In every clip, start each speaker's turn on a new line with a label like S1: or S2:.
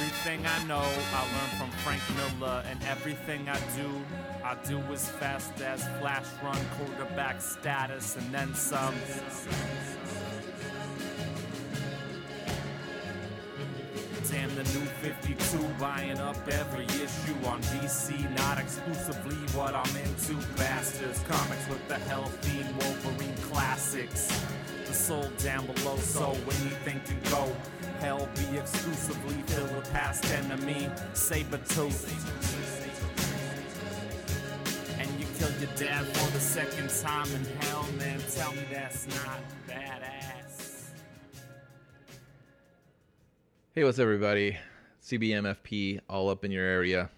S1: Everything I know, I learned from Frank Miller, and everything I do, I do as fast as flash run quarterback status, and then some. Damn the new 52, buying up every issue on DC. Not exclusively what I'm into, bastards. Comics with the hell theme, Wolverine classics. The soul down below, so anything can go. Hell be exclusively filled with past enemy, saber And you killed your dad for the second time in hell, man. Tell me that's not badass.
S2: Hey, what's up, everybody? CBMFP all up in your area.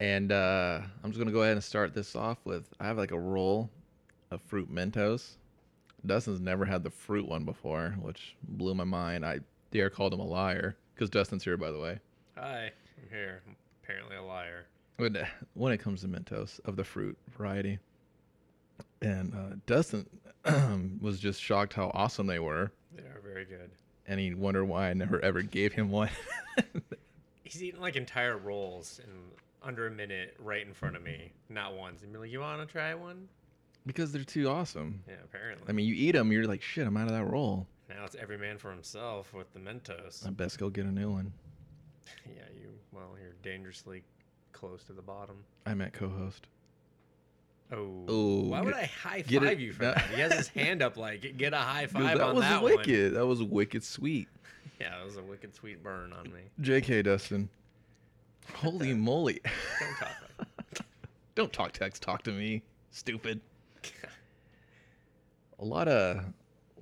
S2: And uh, I'm just going to go ahead and start this off with I have like a roll of fruit Mentos. Dustin's never had the fruit one before, which blew my mind. I dare called him a liar because Dustin's here, by the way.
S3: Hi, I'm here. I'm apparently a liar.
S2: When, uh, when it comes to Mentos of the fruit variety. And uh, Dustin was just shocked how awesome they were.
S3: They are very good.
S2: And he wondered why I never ever gave him one.
S3: He's eaten like entire rolls in under a minute right in front of me. Not once. And be like, you want to try one?
S2: because they're too awesome.
S3: Yeah, apparently.
S2: I mean, you eat them, you're like, shit, I'm out of that roll.
S3: now it's every man for himself with the Mentos.
S2: I best go get a new one.
S3: yeah, you, well, you're dangerously close to the bottom.
S2: I met co-host.
S3: Oh.
S2: Oh,
S3: Why would
S2: get-
S3: I high
S2: get it-
S3: five you for
S2: no.
S3: that? He has his hand up like, get a high
S2: Dude,
S3: five
S2: that
S3: on
S2: was
S3: that one.
S2: wicked. That was wicked sweet.
S3: Yeah, that was a wicked sweet burn on me.
S2: Jk, Dustin. Holy moly!
S3: Don't talk like that.
S2: Don't talk text. Talk to me. Stupid. A lot of,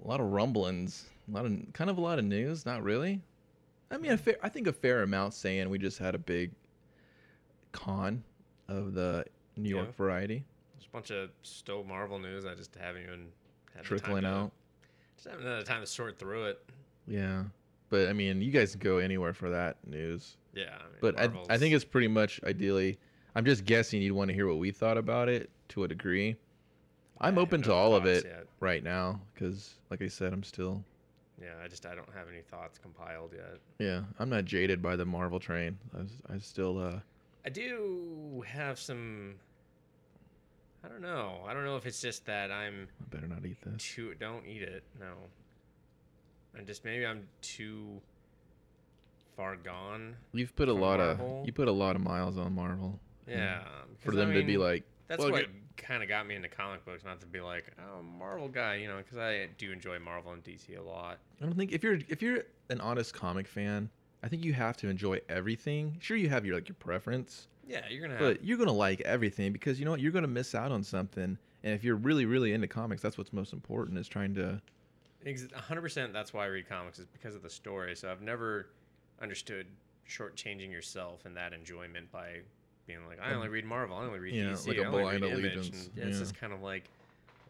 S2: a lot of rumblings. A lot of kind of a lot of news. Not really. I mean, a fair, I think a fair amount. Saying we just had a big con of the New York
S3: Yeah.
S2: variety
S3: There's a bunch of Stowe Marvel news. I just haven't even had
S2: trickling
S3: the time to-
S2: out.
S3: Just haven't had the time to sort through it.
S2: Yeah, but I mean, you guys go anywhere for that news.
S3: Yeah, I mean,
S2: But I, I
S3: Marvel's-
S2: think it's pretty much ideally. I'm just guessing you'd want to hear what we thought about it to a degree. I'm
S3: I have
S2: open to
S3: no
S2: all of
S3: thoughts
S2: it
S3: yet.
S2: right now because, like I said, I'm still.
S3: Yeah, I just I don't have any thoughts compiled yet.
S2: Yeah, I'm not jaded by the Marvel train. I, s- I still. Uh,
S3: I do have some. I don't know. I don't know if it's just that I'm
S2: I better not eat this.
S3: too. Don't eat it. No. I'm just maybe I'm too far gone.
S2: You've put a
S3: From
S2: lot
S3: Marvel?
S2: of you put a lot of miles on Marvel.
S3: Yeah.
S2: Mm-hmm. For
S3: 'cause, I
S2: them to be
S3: mean,
S2: like,
S3: That's
S2: "Well,
S3: what
S2: get-"
S3: kind of got me into comic books, not to be like, oh, Marvel guy, you know, because I do enjoy Marvel and DC a lot.
S2: I don't think if you're if you're an honest comic fan, I think you have to enjoy everything. Sure, you have your like your preference,
S3: Yeah, you're gonna have
S2: But you're gonna like everything because you know what? You're gonna miss out on something. And if you're really, really into comics, that's what's most important is trying to
S3: Ex- 100% that's why I read comics is because of the story. So I've never understood shortchanging yourself and that enjoyment by being like, I only read Marvel, I only read
S2: Yeah,
S3: DC,
S2: like a
S3: I only
S2: blind
S3: read Image.
S2: allegiance,
S3: And It's
S2: yeah. Mm.
S3: just kind of like,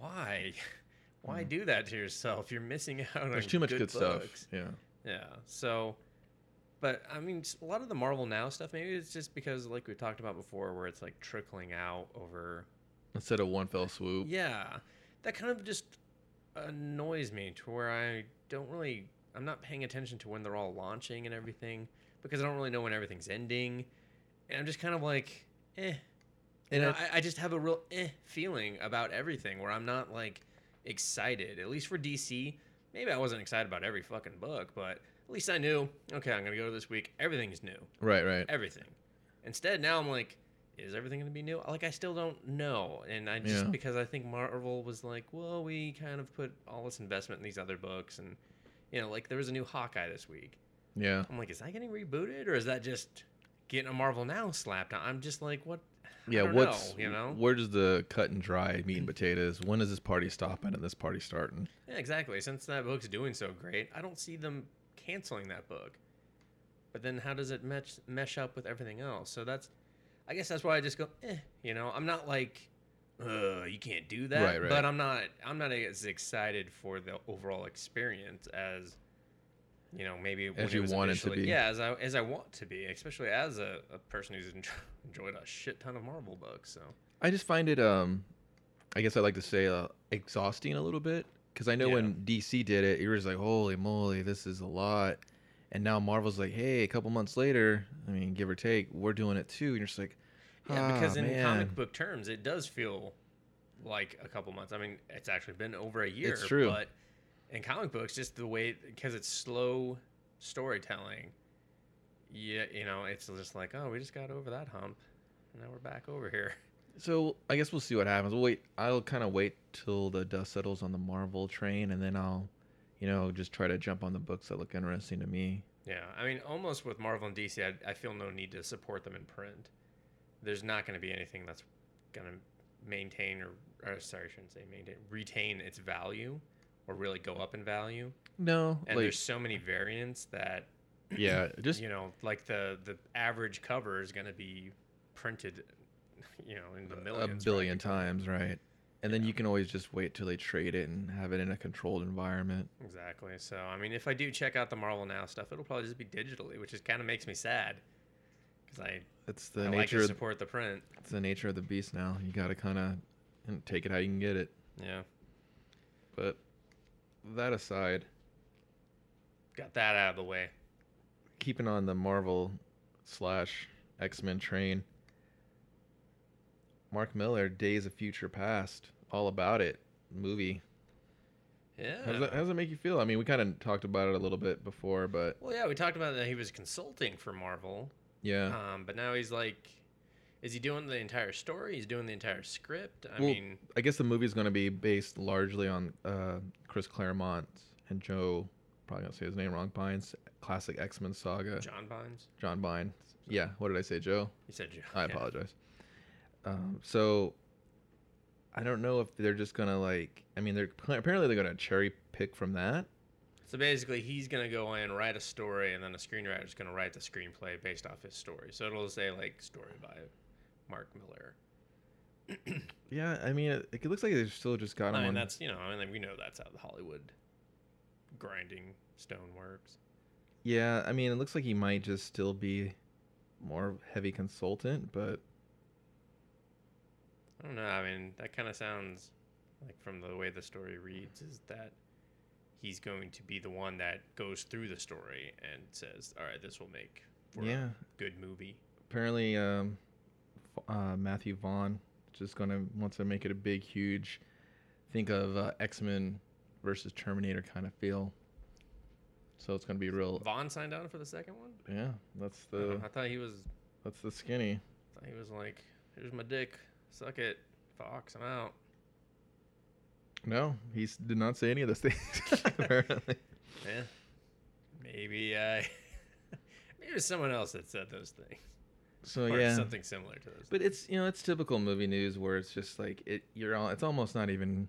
S3: why? Why do that to yourself? You're missing out on
S2: there's too much
S3: good,
S2: good, stuff.
S3: books.
S2: Yeah.
S3: Yeah. So, but I mean, s- a lot of the Marvel Now stuff, maybe it's just because, like we talked about before, where it's like trickling out over
S2: Instead of one fell swoop.
S3: yeah, that kind of just annoys me to where I don't really, I'm not paying attention to when they're all launching and everything because I don't really know when everything's ending. And I'm just kind of like, eh.
S2: And
S3: And
S2: I-
S3: I, I just have a real eh feeling about everything where I'm not like excited. At least for DC, maybe I wasn't excited about every fucking book, but at least I knew, okay, I'm going to go to this week. Everything's new
S2: Right, right.
S3: everything. Instead, now I'm like, is everything going to be new? Like, I still don't know. And I just,
S2: Yeah.
S3: because I think Marvel was like, well, we kind of put all this investment in these other books. And, you know, like there was a new Hawkeye this week.
S2: Yeah.
S3: I'm like, is that getting rebooted or is that just getting a Marvel Now slapped? on? I'm just like, what? I
S2: Yeah,
S3: don't
S2: what's
S3: know, you know?
S2: where does the cut and dry meat and potatoes? When is this party stopping and this party starting?
S3: Yeah, exactly. Since that book's doing so great, I don't see them canceling that book. But then how does it mesh mesh up with everything else? So that's, I guess that's why I just go, eh, you know, I'm not like, uh, you can't do that.
S2: Right, right.
S3: But I'm not, I'm not as excited for the overall experience as, you know, maybe when
S2: you
S3: was
S2: want it to
S3: initially-
S2: be.
S3: Yeah, as I as I want to be, especially as a, a person who's enjo- enjoyed a shit ton of Marvel books. So
S2: I just find it um I guess I like to say uh, exhausting a little bit because I know
S3: Yeah.
S2: when DC did it, you were just like, "Holy moly, this is a lot." And now Marvel's like, hey, a couple months later, I mean, give or take, we're doing it too. And you're just like,
S3: Yeah, because
S2: "Ah,
S3: in
S2: man."
S3: comic book terms, it does feel like a couple months. I mean, it's actually been over a year.
S2: true.
S3: But in comic books, just the way because it's slow storytelling. Yeah, you know, it's just like, oh, we just got over that hump, and now we're back over here.
S2: So I guess we'll see what happens. We'll wait. I'll kind of wait till the dust settles on the Marvel train, and then I'll, you know, just try to jump on the books that look interesting to me.
S3: Yeah, I mean, almost with Marvel and DC, I, I feel no need to support them in print. There's not going to be anything that's going to maintain or, or sorry, I shouldn't say maintain, retain its value, or really go up in value.
S2: No,
S3: And
S2: like
S3: there's so many variants that
S2: yeah, just
S3: you know, like the the average cover is going to be printed, you know, in the
S2: a
S3: millions.
S2: billion
S3: practically.
S2: times, right? And then you can always just wait till they trade it and have it in a controlled environment.
S3: Exactly. So I mean, if I do check out the Marvel Now stuff, it'll probably just be digitally, which is kind of makes me sad because I,
S2: That's
S3: I
S2: the
S3: like
S2: nature.
S3: to
S2: of,
S3: support the print.
S2: it's the nature of the beast now. You gotta kind of take it how you can get it.
S3: Yeah.
S2: But that aside,
S3: Got that out of the way.
S2: keeping on the Marvel slash X Men train, Mark Miller, Days of Future Past, all about it movie.
S3: Yeah.
S2: How does, that, how does that make you feel? I mean, we kind of talked about it a little bit before, but
S3: Well, yeah, we talked about that he was consulting for Marvel,
S2: yeah.
S3: um, but now he's like, is he doing the entire story? He's doing the entire script. I
S2: Well,
S3: mean,
S2: I guess the movie's going to be based largely on uh, Chris Claremont and Joe, probably going to say his name wrong, Bynes, classic X Men saga.
S3: John Bynes.
S2: John Bynes. Yeah, what did I say, Joe?
S3: You said John.
S2: I
S3: yeah.
S2: apologize. Um, so I don't know if they're just gonna like. I mean, they're apparently they're gonna cherry pick from that.
S3: So basically, he's gonna go in, write a story, and then a screenwriter's gonna write the screenplay based off his story. So it'll say like story by Mark Miller.
S2: Yeah, I mean, it, it looks like they've still just got him.
S3: I mean,
S2: on,
S3: that's you know, I mean, we know that's how the Hollywood grinding stone works.
S2: Yeah, I mean, it looks like he might just still be more heavy consultant, but
S3: I don't know. I mean, that kind of sounds like from the way the story reads is that he's going to be the one that goes through the story and says, "All right, this will make for
S2: yeah.
S3: a good movie."
S2: Apparently, um, F- uh, Matthew Vaughn is just gonna wants to make it a big, huge. Think of uh, X Men versus Terminator kind of feel. So it's gonna be real.
S3: Vaughn signed on for the second one.
S2: Yeah, that's
S3: I don't
S2: the
S3: know, I thought he was.
S2: That's the skinny.
S3: I thought he was like, "Here's my dick, suck it, Fox, I'm out."
S2: No, he s- did not say any of those things. apparently.
S3: Yeah. Maybe I. maybe it's someone else that said those things
S2: So
S3: or
S2: Oh, yeah,
S3: something similar to those.
S2: but it's you know it's typical movie news where it's just like it you're all it's almost not even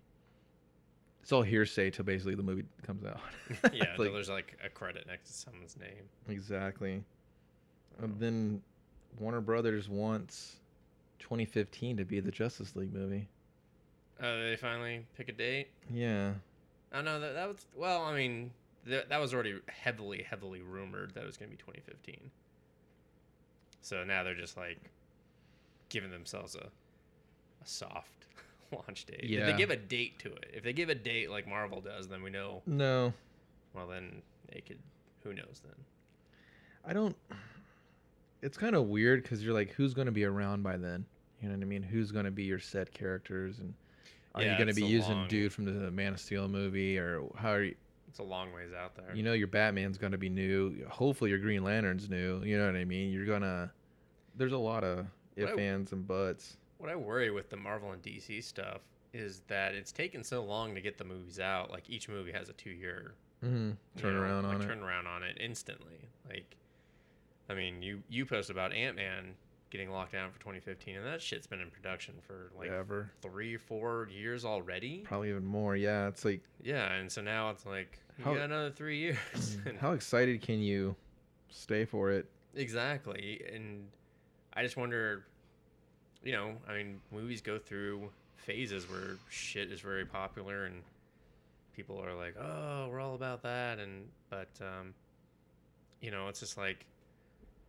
S2: it's all hearsay till basically the movie comes out.
S3: things. yeah,
S2: It's
S3: no,
S2: like-
S3: there's like a credit next to someone's name.
S2: exactly.
S3: Oh.
S2: And then Warner Brothers wants 2015 to be the Justice League movie.
S3: Uh, they finally pick a date.
S2: Yeah,
S3: Oh no, that, that was well. I mean, th- that was already heavily, heavily rumored that it was going to be 2015. So now they're just like giving themselves a a soft launch date. Did
S2: Yeah.
S3: they give a date to it? If they give a date like Marvel does, then we know.
S2: no,
S3: Well, then they could. Who knows then?
S2: I don't. It's kind of weird because you're like, who's going to be around by then? You know what I mean? Who's going to be your set characters? And are
S3: Yeah,
S2: you going to
S3: it's
S2: be
S3: a
S2: using
S3: long-
S2: dude from the Man of Steel movie? Or how are you?
S3: It's a long ways out there.
S2: You know, your Batman's going to be new. Hopefully, your Green Lantern's new. You know what I mean? You're going to. There's a lot of
S3: What
S2: ifs,
S3: I-
S2: ands, and buts.
S3: What I worry with the Marvel and DC stuff is that it's taken so long to get the movies out. Like each movie has a two-year
S2: Mm,
S3: you
S2: turn
S3: know,
S2: around
S3: Mm-hmm. like,
S2: on
S3: turn around on it instantly. Like, I mean, you you post about Ant Man getting locked down for 2015, and that shit's been in production for
S2: it.
S3: like
S2: Whatever.
S3: three, four years already.
S2: Probably even more. Yeah. It's like,
S3: Yeah, and so now it's like you
S2: How- Mm-hmm.
S3: got another three years. And-
S2: how excited can you stay for it?
S3: exactly, and I just wonder, you know, I mean, movies go through phases where shit is very popular and people are like, "Oh, we're all about that," and but um, you know, it's just like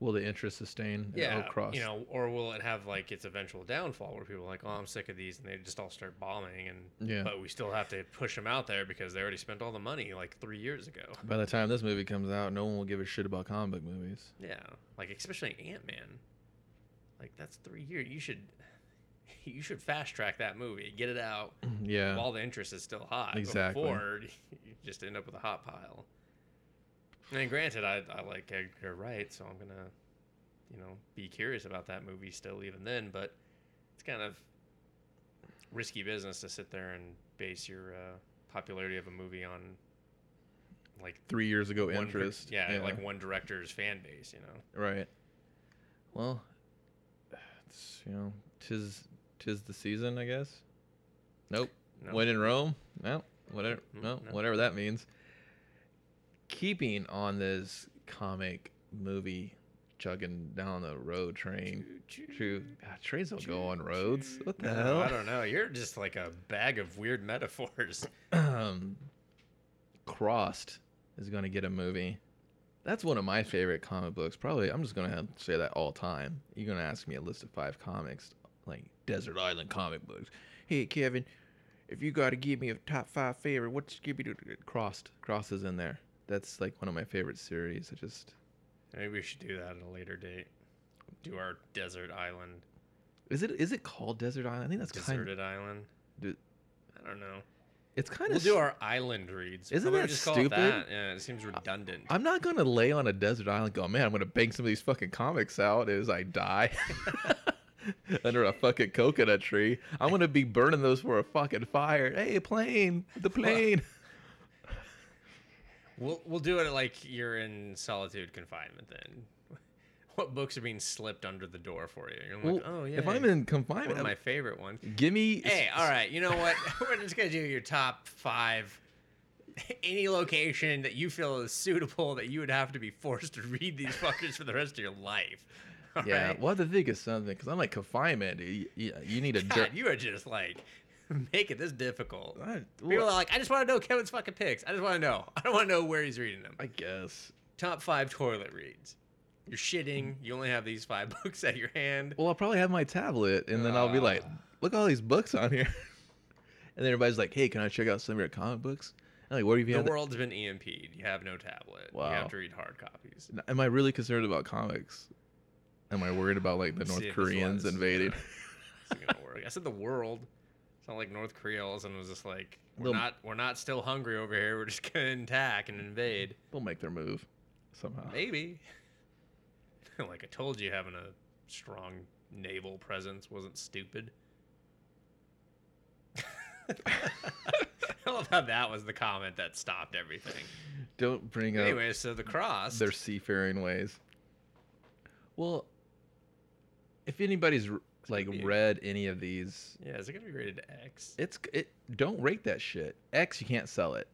S2: Will the interest sustain?
S3: yeah,
S2: Oh, cross.
S3: you know, or will it have like its eventual downfall where people are like, oh, I'm sick of these, and they just all start bombing, and
S2: Yeah.
S3: but we still have to push them out there because they already spent all the money like three years ago.
S2: By the time this movie comes out, no one will give a shit about comic book movies.
S3: Yeah, like especially Ant Man, like that's three years. You should, you should fast track that movie, get it out
S2: Yeah.
S3: while the interest is still hot.
S2: Exactly.
S3: Before you just end up with a hot pile. And granted, I, I like Edgar Wright, so I'm gonna, you know, be curious about that movie still even then. But it's kind of risky business to sit there and base your uh, popularity of a movie on like
S2: Three years ago,
S3: one per-
S2: interest.
S3: yeah, like one director's fan base. You know.
S2: Right. Well, it's, you know, tis tis the season, I guess. Nope.
S3: No.
S2: When in Rome. No. Whatever.
S3: Mm,
S2: No.
S3: no.
S2: Whatever that means. Keeping on this comic movie chugging down the road train. True. God, trains don't go on roads. What the
S3: No, I
S2: hell?
S3: don't know. You're just like a bag of weird metaphors.
S2: Um, Crossed is going to get a movie. That's one of my favorite comic books. Probably, I'm just going to say that all time. You're going to ask me a list of five comics, like Desert Island comic books. Hey, Kevin, if you got to give me a top five favorite, what's give you? Crossed. Crossed is in there. That's like one of my favorite series. I just.
S3: Maybe we should do that at a later date. Do our desert island,
S2: Is it is it called Desert Island? I think that's kind of
S3: deserted island.
S2: Do-
S3: I don't know.
S2: it's kind
S3: We'll
S2: of
S3: do our island reads. How
S2: Isn't
S3: about we
S2: that
S3: just call
S2: stupid?
S3: It that? Yeah, it seems redundant.
S2: I'm not gonna lay on a desert island and go, man, I'm gonna bang some of these fucking comics out as I die under a fucking coconut tree. I'm gonna be burning those for a fucking fire. Hey, plane, the plane.
S3: We'll we'll do it like you're in solitude confinement then. What books are being slipped under the door for you? You're like,
S2: Well,
S3: oh yeah.
S2: If I'm in
S3: one
S2: confinement,
S3: of my favorite ones.
S2: give me.
S3: Hey, all right. You know what? We're just gonna do your top five. Any location that you feel is suitable that you would have to be forced to read these fuckers for the rest of your life. All
S2: Yeah,
S3: right?
S2: we'll have to think of something because I'm like confinement. dude. You, you- you need a
S3: God,
S2: dirt.
S3: you are just like making this difficult.
S2: I,
S3: People
S2: well,
S3: are like, I just want to know Kevin's fucking picks. I just want to know. I don't want to know where he's reading them.
S2: I guess.
S3: Top five toilet reads. You're shitting. You only have these five books at your hand.
S2: Well, I'll probably have my tablet, and then I'll be like,
S3: Ah.
S2: look at all these books on here. and then everybody's like, hey, can I check out some of your comic books? I'm like, what have you
S3: The
S2: had?
S3: world's been EMP'd. You have no tablet. You
S2: Wow.
S3: have to read hard copies.
S2: N- Am I really concerned about comics? Am I worried about like the
S3: See
S2: North
S3: if this
S2: Koreans
S3: was-
S2: invading?
S3: It's not gonna work. I said the world. It's not like North Korea all of a sudden was just like we're
S2: They'll-
S3: not we're not still hungry over here. We're just gonna attack and invade.
S2: They'll make their move somehow.
S3: Maybe. like I told you, having a strong naval presence wasn't stupid. I love how that was the comment that stopped everything.
S2: Don't bring up
S3: Anyway, so the cross.
S2: their seafaring ways. Well, if anybody's r- like
S3: be-
S2: read any of these,
S3: yeah, is it gonna be rated X?
S2: it's c- it. Don't rate that shit. X, you can't sell it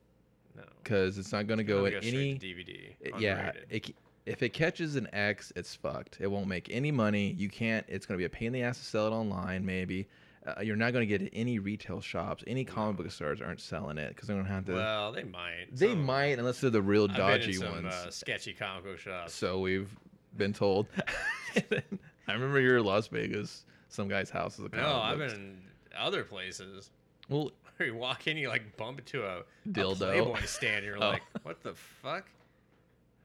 S3: No.
S2: because it's not going to go
S3: It'll
S2: at
S3: straight to
S2: any.
S3: DVD.
S2: it- yeah,
S3: unrated.
S2: it, c- if it catches an X, it's fucked. It won't make any money. You can't. It's going to be a pain in the ass to sell it online. Maybe uh, you're not going to get it any retail shops. Any comic book stores aren't selling it because they're going to have to.
S3: well, they might.
S2: they
S3: Some-
S2: might unless they're the real
S3: I've been in
S2: dodgy
S3: some,
S2: ones.
S3: Uh, sketchy comic book shops.
S2: so we've been told. I remember you're in Las Vegas, some guy's house is a comic.
S3: No, I've
S2: book
S3: been in other places
S2: st- Well,
S3: where you walk in, you like bump into a, a
S2: Dildo.
S3: Playboy stand. You're
S2: Oh.
S3: like, what the fuck?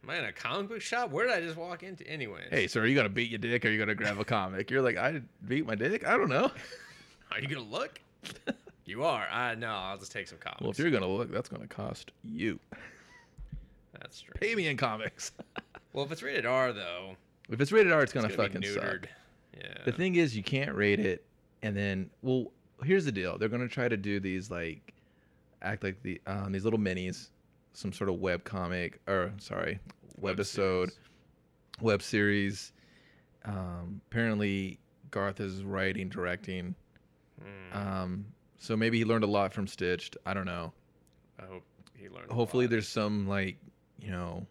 S3: Am I in a comic book shop? Where did I just walk into? Anyways,
S2: hey, sir, are you gonna beat your dick or are you gonna grab a comic? You're like, I beat my dick. I don't know.
S3: are you gonna look? you are. I no, I'll just take some comics.
S2: Well, if you're gonna look, that's gonna cost you.
S3: That's true.
S2: Pay me in comics.
S3: Well, if it's rated R though,
S2: If it's rated R, it's
S3: it's
S2: gonna,
S3: gonna
S2: fucking
S3: be
S2: suck.
S3: neutered. Yeah.
S2: The thing is, you can't rate it, and then well, here's the deal: they're gonna try to do these like, act like the um, these little minis, some sort of web comic or sorry,
S3: Web
S2: webisode,
S3: series.
S2: web series. Um, apparently, Garth is writing, directing.
S3: Mm,
S2: Um, so maybe he learned a lot from Stitched. I don't know.
S3: I hope he learned. a
S2: Hopefully,
S3: lot.
S2: there's some like you know,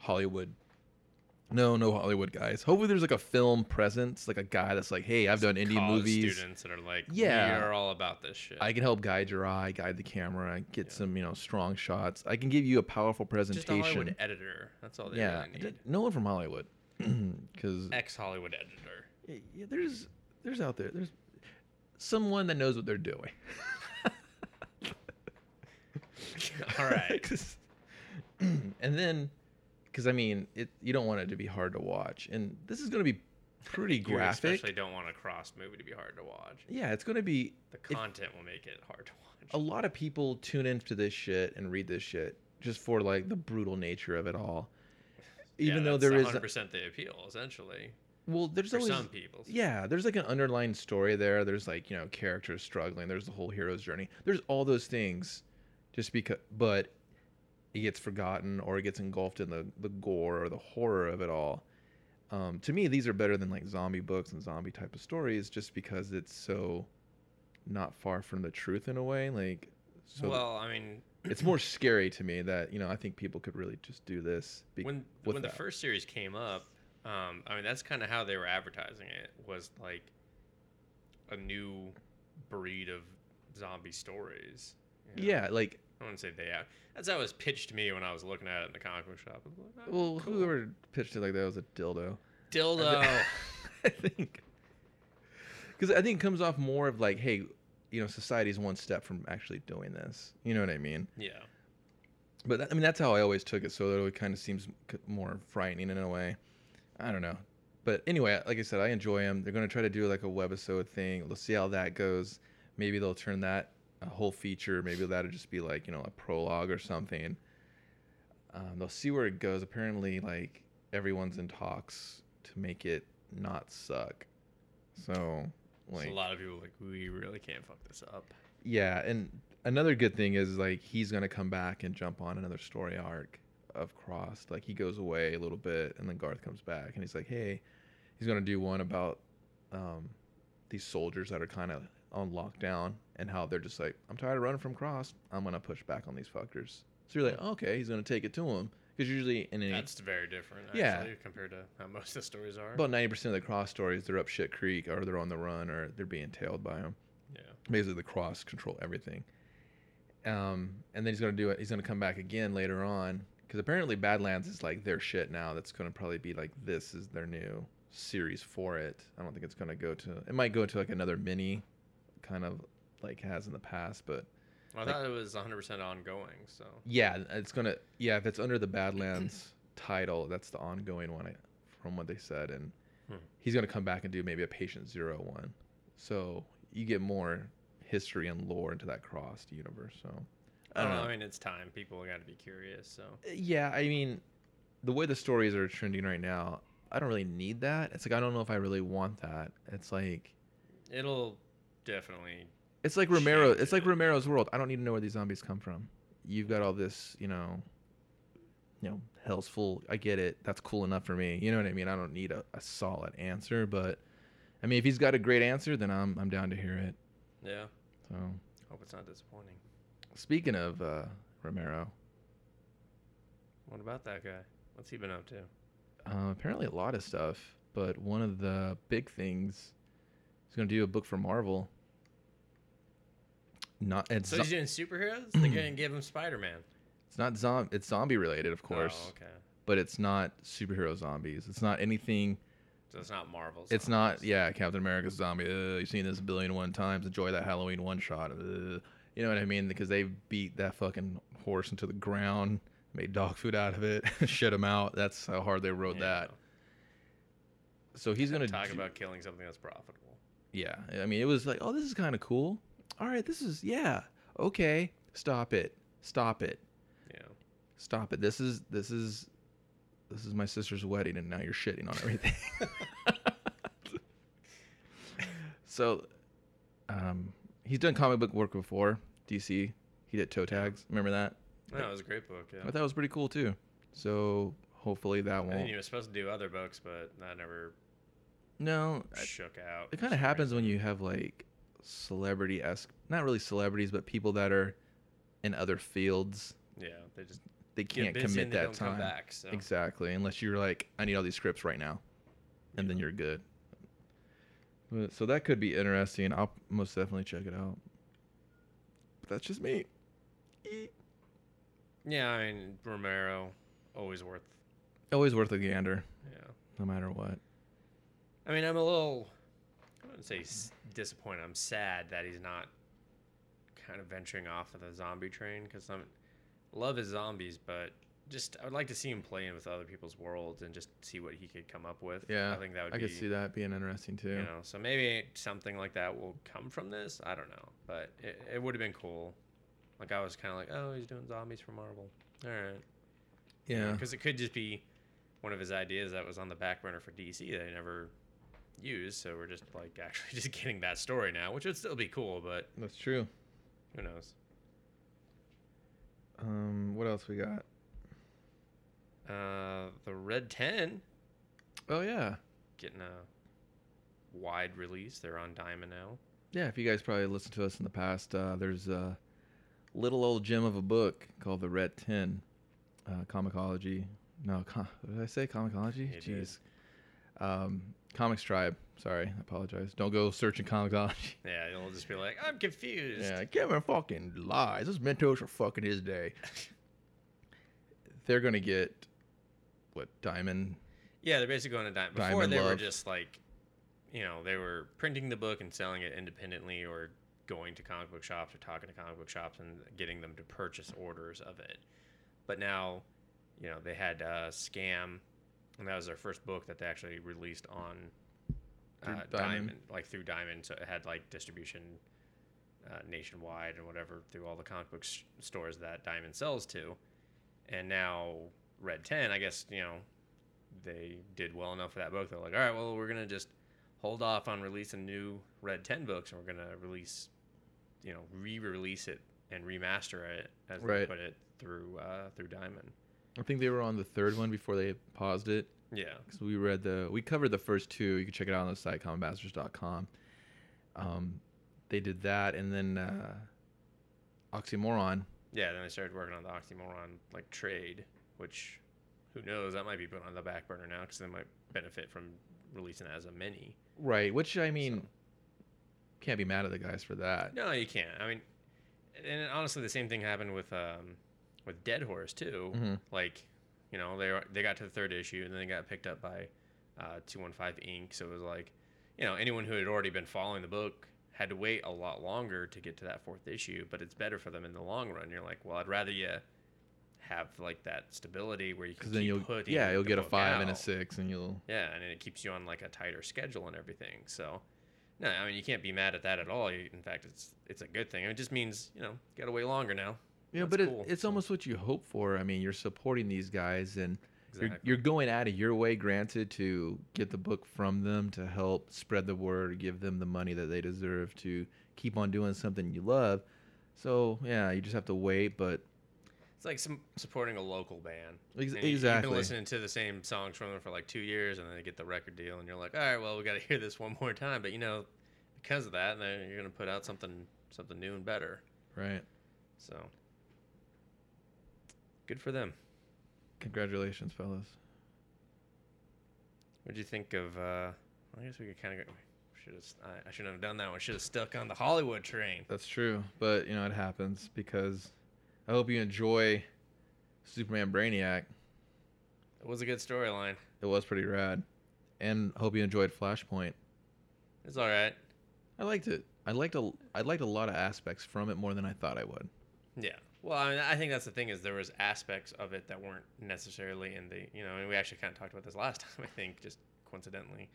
S2: Hollywood. No, no Hollywood guys. Hopefully, there's like a film presence, like a guy that's like, "Hey, I've done indie
S3: college
S2: movies."
S3: Students that are like,
S2: Yeah.
S3: we are all about this shit.
S2: I can help guide your eye, guide the camera, get some you know strong shots. I can give you a powerful
S3: just a Hollywood
S2: presentation.
S3: editor. That's all they
S2: Yeah,
S3: really
S2: I
S3: need.
S2: did- no one from Hollywood. because
S3: Ex Hollywood editor.
S2: there's there's out there there's someone that knows what they're doing.
S3: All right.
S2: 'Cause- and then, because I mean, it you don't want it to be hard to watch, and this is going to be pretty
S3: You
S2: graphic.
S3: especially don't want a cross movie to be hard to watch.
S2: Yeah, it's going to be
S3: The
S2: If- Oh,
S3: content will make it hard to
S2: a
S3: watch.
S2: lot of people tune into this shit and read this shit just for like the brutal nature of it all. Even though there is
S3: 100 percent the appeal essentially
S2: well, there's
S3: for
S2: always
S3: some people.
S2: yeah, there's like an underlying story there. There's like you know characters struggling. There's the whole hero's journey. There's all those things, just because. But it gets forgotten or it gets engulfed in the the gore or the horror of it all. Um, to me, these are better than like zombie books and zombie type of stories, just because it's so not far from the truth in a way. Like, so
S3: well, I mean,
S2: it's more scary to me that you know I think people could really just do this. Be-
S3: when
S2: with
S3: when the
S2: that.
S3: first series came up, um, I mean that's kind of how they were advertising it was like a new breed of zombie stories. you know?
S2: yeah, like
S3: I wouldn't say they out. That's how it was pitched to me when I was looking at it in the comic book shop. I was like, "Oh,
S2: well,
S3: cool."
S2: whoever pitched it like that was a dildo.
S3: dildo.
S2: I think because I think it comes off more of like, hey, you know, society's one step from actually doing this. You know what I mean?
S3: yeah,
S2: But that, I mean, that's how I always took it. So that it kind of seems c- more frightening in a way. I don't know. But anyway, like I said, I enjoy them. They're going to try to do like a webisode thing. We'll see how that goes. Maybe they'll turn that a whole feature. Maybe that'll just be like, you know, a prologue or something. Um, they'll see where it goes. Apparently, like everyone's in talks to make it not suck. So,
S3: So
S2: like,
S3: a lot of people were like we really can't fuck this up.
S2: yeah, and another good thing is like he's gonna come back and jump on another story arc of Cross. Like he goes away a little bit, and then Garth comes back, and he's like, "Hey," he's gonna do one about um, these soldiers that are kind of on lockdown and how they're just like, "I'm tired of running from Cross. I'm gonna push back on these fuckers." So you're like, "Okay," he's gonna take it to him because usually in any,
S3: That's very different, actually,
S2: Yeah.
S3: compared to how most of the stories are.
S2: about ninety percent of the Cross stories, they're up shit creek or they're on the run or they're being tailed by him.
S3: yeah,
S2: basically the cross control everything. Um, and then he's gonna do it. He's gonna come back again later on because apparently Badlands is like their shit now. That's gonna probably be like this is their new series for it. I don't think it's gonna go to. It might go to like another mini, kind of like has in the past, but
S3: Well, I
S2: Like-
S3: thought it was 100 percent ongoing. So
S2: yeah, it's gonna. Yeah, if it's under the Badlands title, that's the ongoing one, I, from what they said. And
S3: Hmm.
S2: he's gonna come back and do maybe a Patient Zero one. So you get more history and lore into that crossed universe. So
S3: I don't know. I mean, it's time. People got to be curious. So
S2: Yeah, I mean, the way the stories are trending right now, I don't really need that. It's like I don't know if I really want that. It's like
S3: it'll definitely.
S2: it's like Romero.
S3: Change
S2: It's like
S3: it.
S2: Romero's world. I don't need to know where these zombies come from. You've got all this, you know, you know, hell's full. I get it. That's cool enough for me. You know what I mean? I don't need a, a solid answer, but I mean, if he's got a great answer, then I'm I'm down to hear it.
S3: Yeah.
S2: So,
S3: Hope it's not disappointing.
S2: speaking of uh, Romero,
S3: What about that guy? What's he been up to?
S2: uh, apparently a lot of stuff, but one of the big things he's going to do a book for Marvel. Not it's,
S3: So
S2: zo-
S3: he's doing superheroes. They're gonna give him Spider Man.
S2: it's not zombie it's zombie related, of course,
S3: Oh, okay.
S2: but it's not superhero zombies. It's not anything.
S3: So it's not Marvel.
S2: It's not yeah, Captain America's zombie. Uh, you've seen this a billion and one times. Enjoy that Halloween one shot. Uh, you know what I mean? Because they beat that fucking horse into the ground, made dog food out of it, shit him out. That's how hard they rode that. So he's
S3: He's gonna
S2: gonna
S3: talk
S2: do-
S3: about killing something that's profitable.
S2: yeah i mean it was like oh this is kind of cool all right this is yeah okay stop it stop it
S3: Yeah.
S2: stop it this is this is this is my sister's wedding and now you're shitting on everything so um he's done comic book work before dc he did toe tags remember that
S3: No, it was a great book. Yeah.
S2: i thought that was pretty cool too so hopefully that
S3: I think
S2: won't
S3: he was supposed to do other books, but that never
S2: no I-
S3: shook out.
S2: It kind of happens when you have like celebrity esque, not really celebrities, but people that are in other fields.
S3: Yeah, they just
S2: They
S3: get
S2: can't
S3: busy
S2: commit
S3: and they
S2: that
S3: don't
S2: time.
S3: Come back, so.
S2: Exactly. Unless you're like, I need all these scripts right now, and then you're good. But, so that could be interesting. I'll most definitely check it out. But that's just me. Eek.
S3: Yeah, I mean Romero, always worth.
S2: Always worth a gander.
S3: Yeah,
S2: no matter what.
S3: I mean, I'm a little. I wouldn't say s- disappointed. I'm sad that he's not kind of venturing off of the zombie train because I'm love his zombies, but just I would like to see him playing with other people's worlds and just see what he could come up with.
S2: Yeah,
S3: I think that would
S2: I
S3: be.
S2: could see that being interesting too.
S3: You know, so maybe something like that will come from this. I don't know, but it, it would have been cool. Like I was kind of like, oh, he's doing zombies for Marvel. All right.
S2: yeah,
S3: Because it could just be one of his ideas that was on the back burner for DC that he never used. So we're just like actually just getting that story now, which would still be cool, but
S2: that's true.
S3: who knows?
S2: Um, what else we got?
S3: Uh, the Red 10
S2: Oh yeah,
S3: getting a wide release. They're on Diamond now.
S2: yeah. If you guys probably listened to us in the past, uh, there's a little old gem of a book called The Red Ten, uh, Comicology. No, com- what did I say? Comicology.
S3: You did.
S2: Jeez. Um, Comics Tribe. Sorry, I apologize. Don't go searching Comicology.
S3: Yeah, it'll just be like, I'm confused.
S2: Yeah, Kevin fucking lies. Those Mentos are fucking his day. They're gonna get what diamond?
S3: Yeah, they're basically going to Diamond. Before
S2: Diamond
S3: they were
S2: Love.
S3: just like, you know, they were printing the book and selling it independently, or going to comic book shops or talking to comic book shops and getting them to purchase orders of it. But now, you know, they had uh, Scam, and that was their first book that they actually released on uh,
S2: Through
S3: Diamond.
S2: Diamond.
S3: like through Diamond, so it had like distribution uh, nationwide and whatever through all the comic book s stores that Diamond sells to. And now Red Ten, I guess you know they did well enough for that book. They're like, all right, well, we're gonna just hold off on releasing new Red Ten books, and we're gonna release, you know, re-release it and remaster it as they
S2: Right.
S3: put it through uh, through Diamond.
S2: I think they were on the third one before they paused it
S3: Yeah,
S2: because we read the we covered the first two. You can check it out on the site commonbastards.com. Um, they did that, and then uh, Oxymoron.
S3: yeah. Then I started working on the Oxymoron like trade, which who knows that might be put on the back burner now because they might benefit from releasing it as a mini.
S2: Right, which I mean,
S3: So-
S2: can't be mad at the guys for that.
S3: No, you can't. I mean, and honestly, the same thing happened with um, with Dead Horse too.
S2: Mhm.
S3: Like, you know, they were, they got to the third issue and then they got picked up by uh, Two One Five Inc. So it was like, you know, anyone who had already been following the book had to wait a lot longer to get to that fourth issue. But it's better for them in the long run. You're like, well, I'd rather you have like that stability where you can
S2: Because
S3: keep
S2: then you'll
S3: putting
S2: yeah you'll
S3: the
S2: get a
S3: book
S2: five and a
S3: out.
S2: six, and you'll
S3: Yeah, and it keeps you on like a tighter schedule and everything. So, no, I mean you can't be mad at that at all. You, in fact, it's it's a good thing. It just means you know got to wait longer now.
S2: Yeah,
S3: That's
S2: but it,
S3: cool.
S2: it's almost what you hope for. I mean, you're supporting these guys, and
S3: Exactly.
S2: you're, you're going out of your way, granted, to get the book from them to help spread the word, give them the money that they deserve to keep on doing something you love. So yeah, you just have to wait. But
S3: It's like some supporting a local band.
S2: Ex-
S3: And you- You've
S2: exactly.
S3: been listening to the same songs from them for like two years, and then they get the record deal, and you're like, all right, well, we got to hear this one more time. But you know, because of that, then you're gonna put out something something new and better.
S2: right,
S3: So, good for them.
S2: congratulations, fellas.
S3: What'd you think of? Uh, I guess we could kind of go. Should have. I, I shouldn't have done that one. Should have stuck on the Hollywood train.
S2: That's true, but you know it happens because I hope you enjoy Superman Brainiac.
S3: It was a good storyline.
S2: It was pretty rad, and hope you enjoyed Flashpoint.
S3: It's all right.
S2: I liked it. I liked a I liked a lot of aspects from it more than I thought I would.
S3: Yeah. Well, I mean, I think that's the thing is there was aspects of it that weren't necessarily in the you know, and we actually kind of talked about this last time. I think just coincidentally,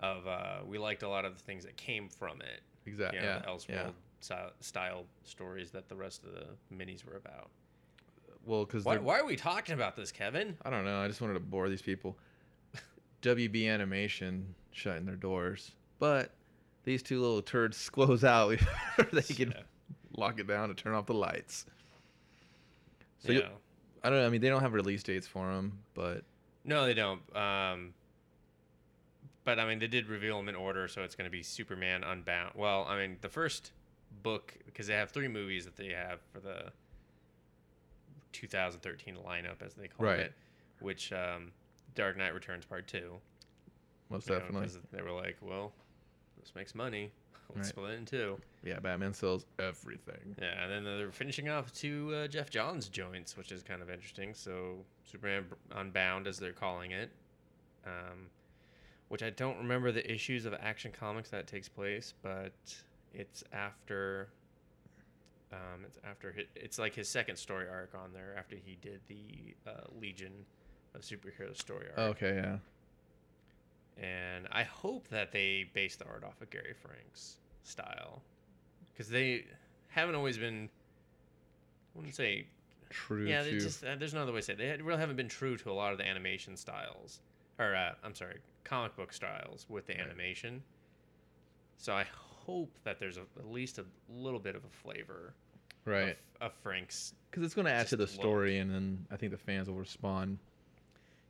S3: of uh, we liked a lot of the things that came from it.
S2: Exactly.
S3: You know,
S2: Uh, Yeah.
S3: the
S2: yeah.
S3: Elseworld style, style stories that the rest of the minis were about.
S2: Well, because
S3: Why, why are we talking about this, Kevin?
S2: I don't know. I just wanted to bore these people. WB Animation shutting their doors, but these two little turds close out before they can
S3: Yeah.
S2: lock it down and turn off the lights. So
S3: yeah.
S2: you- I don't know. I mean, they don't have release dates for them, but
S3: No, they don't. Um, but I mean, they did reveal them in order, so it's going to be Superman Unbound. Well, I mean, the first book because they have three movies that they have for the 2013 lineup, as they call
S2: Right.
S3: it, which um, Dark Knight Returns Part Two.
S2: most
S3: you know,
S2: definitely,
S3: 'cause they were like, well, this makes money. Let's
S2: Right.
S3: split it in two.
S2: yeah, Batman sells everything.
S3: Yeah, and then they're finishing off two uh, Jeff Johns joints, which is kind of interesting. So Superman Unbound, as they're calling it, um, which I don't remember the issues of Action Comics that takes place, but it's after. Um, it's after hi it's like his second story arc on there after he did the uh, Legion of Superheroes story arc.
S2: Okay, yeah.
S3: and I hope that they base the art off of Gary Frank's style because they haven't always been. I wouldn't say
S2: True
S3: yeah. They
S2: to
S3: just uh, there's no other way to say it. they had- really haven't been true to a lot of the animation styles or uh, I'm sorry, comic book styles with the
S2: Right.
S3: animation. So I hope that there's a, at least a little bit of a flavor
S2: right
S3: of, of Frank's.
S2: because it's going to add to the
S3: just look.
S2: story, and then I think the fans will respond,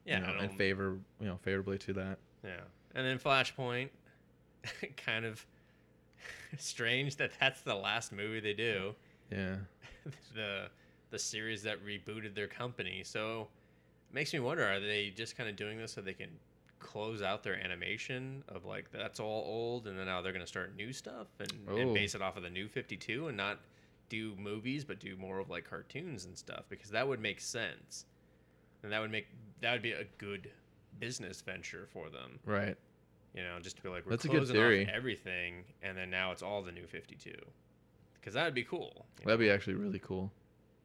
S3: Yeah,
S2: you
S3: I
S2: know, in
S3: don't-
S2: favor, you know, favorably to that.
S3: Yeah. And then Flashpoint, kind of strange that that's the last movie they do.
S2: Yeah,
S3: The the series that rebooted their company. So it makes me wonder are they just kind of doing this so they can close out their animation of like that's all old and then now they're going to start new stuff and,
S2: Oh.
S3: and base it off of the new 52 and not do movies but do more of like cartoons and stuff because that would make sense. And that would make that would be a good business venture for them.
S2: right.
S3: You know, just to be like, we're
S2: That's a good
S3: closing
S2: theory.
S3: off everything, and then now it's all the new 52. Because that would be cool. you
S2: That'd
S3: know?
S2: be actually really cool.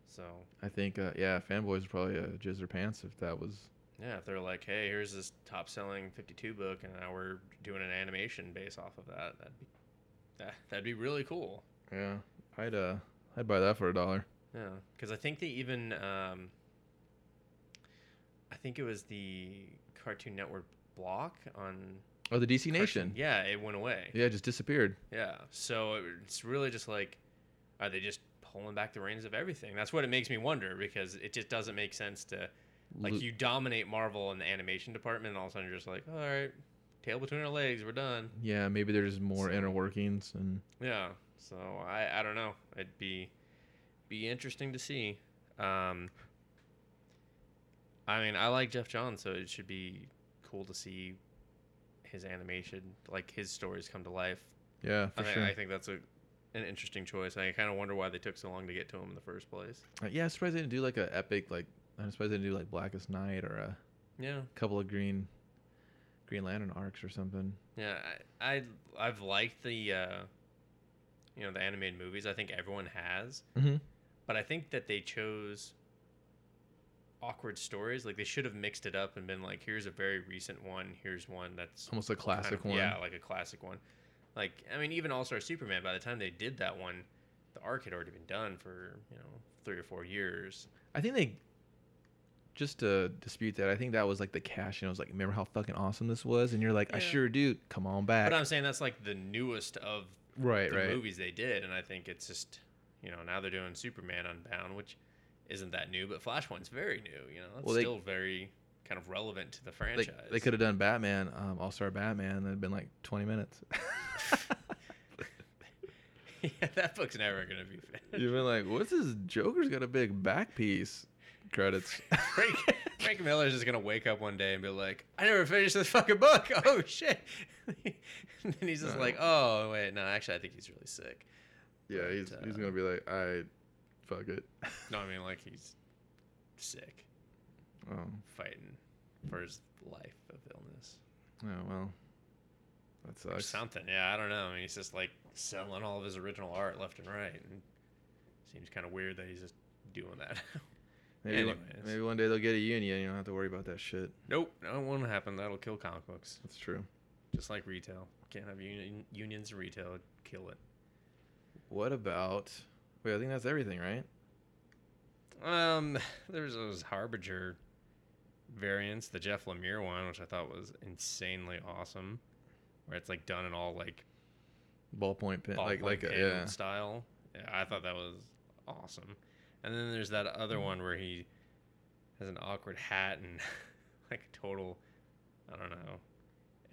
S3: So,
S2: I think, uh, yeah, fanboys would probably uh, jizz their pants if that was
S3: yeah, if they're like, hey, here's this top selling 52 book, and now we're doing an animation based off of that, that'd be, that, that'd be really cool.
S2: Yeah, I'd uh, I'd buy that for a dollar.
S3: Yeah, because I think they even, um, I think it was the Cartoon Network block on
S2: Oh, the DC
S3: Cartoon-
S2: Nation.
S3: Yeah, it went away.
S2: Yeah, it just disappeared.
S3: Yeah. So it- it's really just like, are they just pulling back the reins of everything? That's what it makes me wonder because it just doesn't make sense to like
S2: Lo-
S3: you dominate Marvel in the animation department, and all of a sudden you're just like, all right, tail between our legs, we're done.
S2: Yeah, maybe there's more
S3: So-
S2: inner workings, and
S3: Yeah. So I I don't know. It'd be be interesting to see. Um. I mean, I like Jeff Johns, so it should be cool to see his animation, like his stories come to life
S2: yeah, for
S3: I, think-
S2: sure.
S3: I think that's a an interesting choice. I kind of wonder why they took so long to get to him in the first place.
S2: Uh, yeah, I'm surprised they didn't do like a epic, like I'm surprised they didn't do like Blackest Night or a
S3: Yeah,
S2: couple of Green Green Lantern arcs or something.
S3: yeah. I, I I've liked the uh, you know the animated movies. I think everyone has,
S2: Mm-hmm.
S3: but I think that they chose awkward stories. Like they should have mixed it up and been like, here's a very recent one. Here's one that's
S2: Almost a
S3: kind
S2: classic
S3: of-
S2: one.
S3: Yeah, like a classic one. Like I mean, even All Star Superman. By the time they did that one, the arc had already been done for you know three or four years.
S2: I think they just to dispute that. I think that was like the cash, and I was like, remember how fucking awesome this was? And you're like, I
S3: Yeah.
S2: sure do. Come on back.
S3: But I'm saying that's like the newest of
S2: right,
S3: the
S2: right.
S3: movies they did, and I think it's just you know now they're doing Superman Unbound, which isn't that new, but Flashpoint's very new. You know, it's
S2: Well, they-
S3: still very kind of relevant to the
S2: They,
S3: franchise.
S2: they could have done Batman, um, All Star Batman. and It'd been like 20 minutes.
S3: yeah, that book's never gonna be finished.
S2: You've been like, what's this? Joker's got a big back piece. Credits.
S3: Frank, Frank Miller's just gonna wake up one day and be like, "I never finished this fucking book. Oh shit!" and then he's just
S2: No.
S3: like, "Oh wait, no, actually, I think he's really sick."
S2: yeah, he's,
S3: But,
S2: he's
S3: uh,
S2: gonna be like, I, fuck it.
S3: No, I mean like he's sick,
S2: Oh,
S3: fighting for his life of illness.
S2: oh well, that
S3: Or
S2: sucks.
S3: something. Yeah, I don't know. I mean, he's just like selling all of his original art left and right, and seems kind of weird that he's just doing that.
S2: maybe, one,
S3: anyways.
S2: maybe one day they'll get a union. You don't have to worry about that shit.
S3: nope, no, it won't happen. That'll kill comic books,
S2: That's true.
S3: just like retail. Can't have union, unions in retail. It'd Kill it.
S2: What about? Wait, I think that's everything, right?
S3: Um, there's those Harbinger variants, the Jeff Lemire one, which I thought was insanely awesome, where it's like done in all like
S2: Ballpoint pen, like
S3: ballpoint
S2: like a,
S3: pen
S2: yeah,
S3: style. Yeah, I thought that was awesome. And then there's that
S2: Mm.
S3: other one where he has an awkward hat and like a total, I don't know,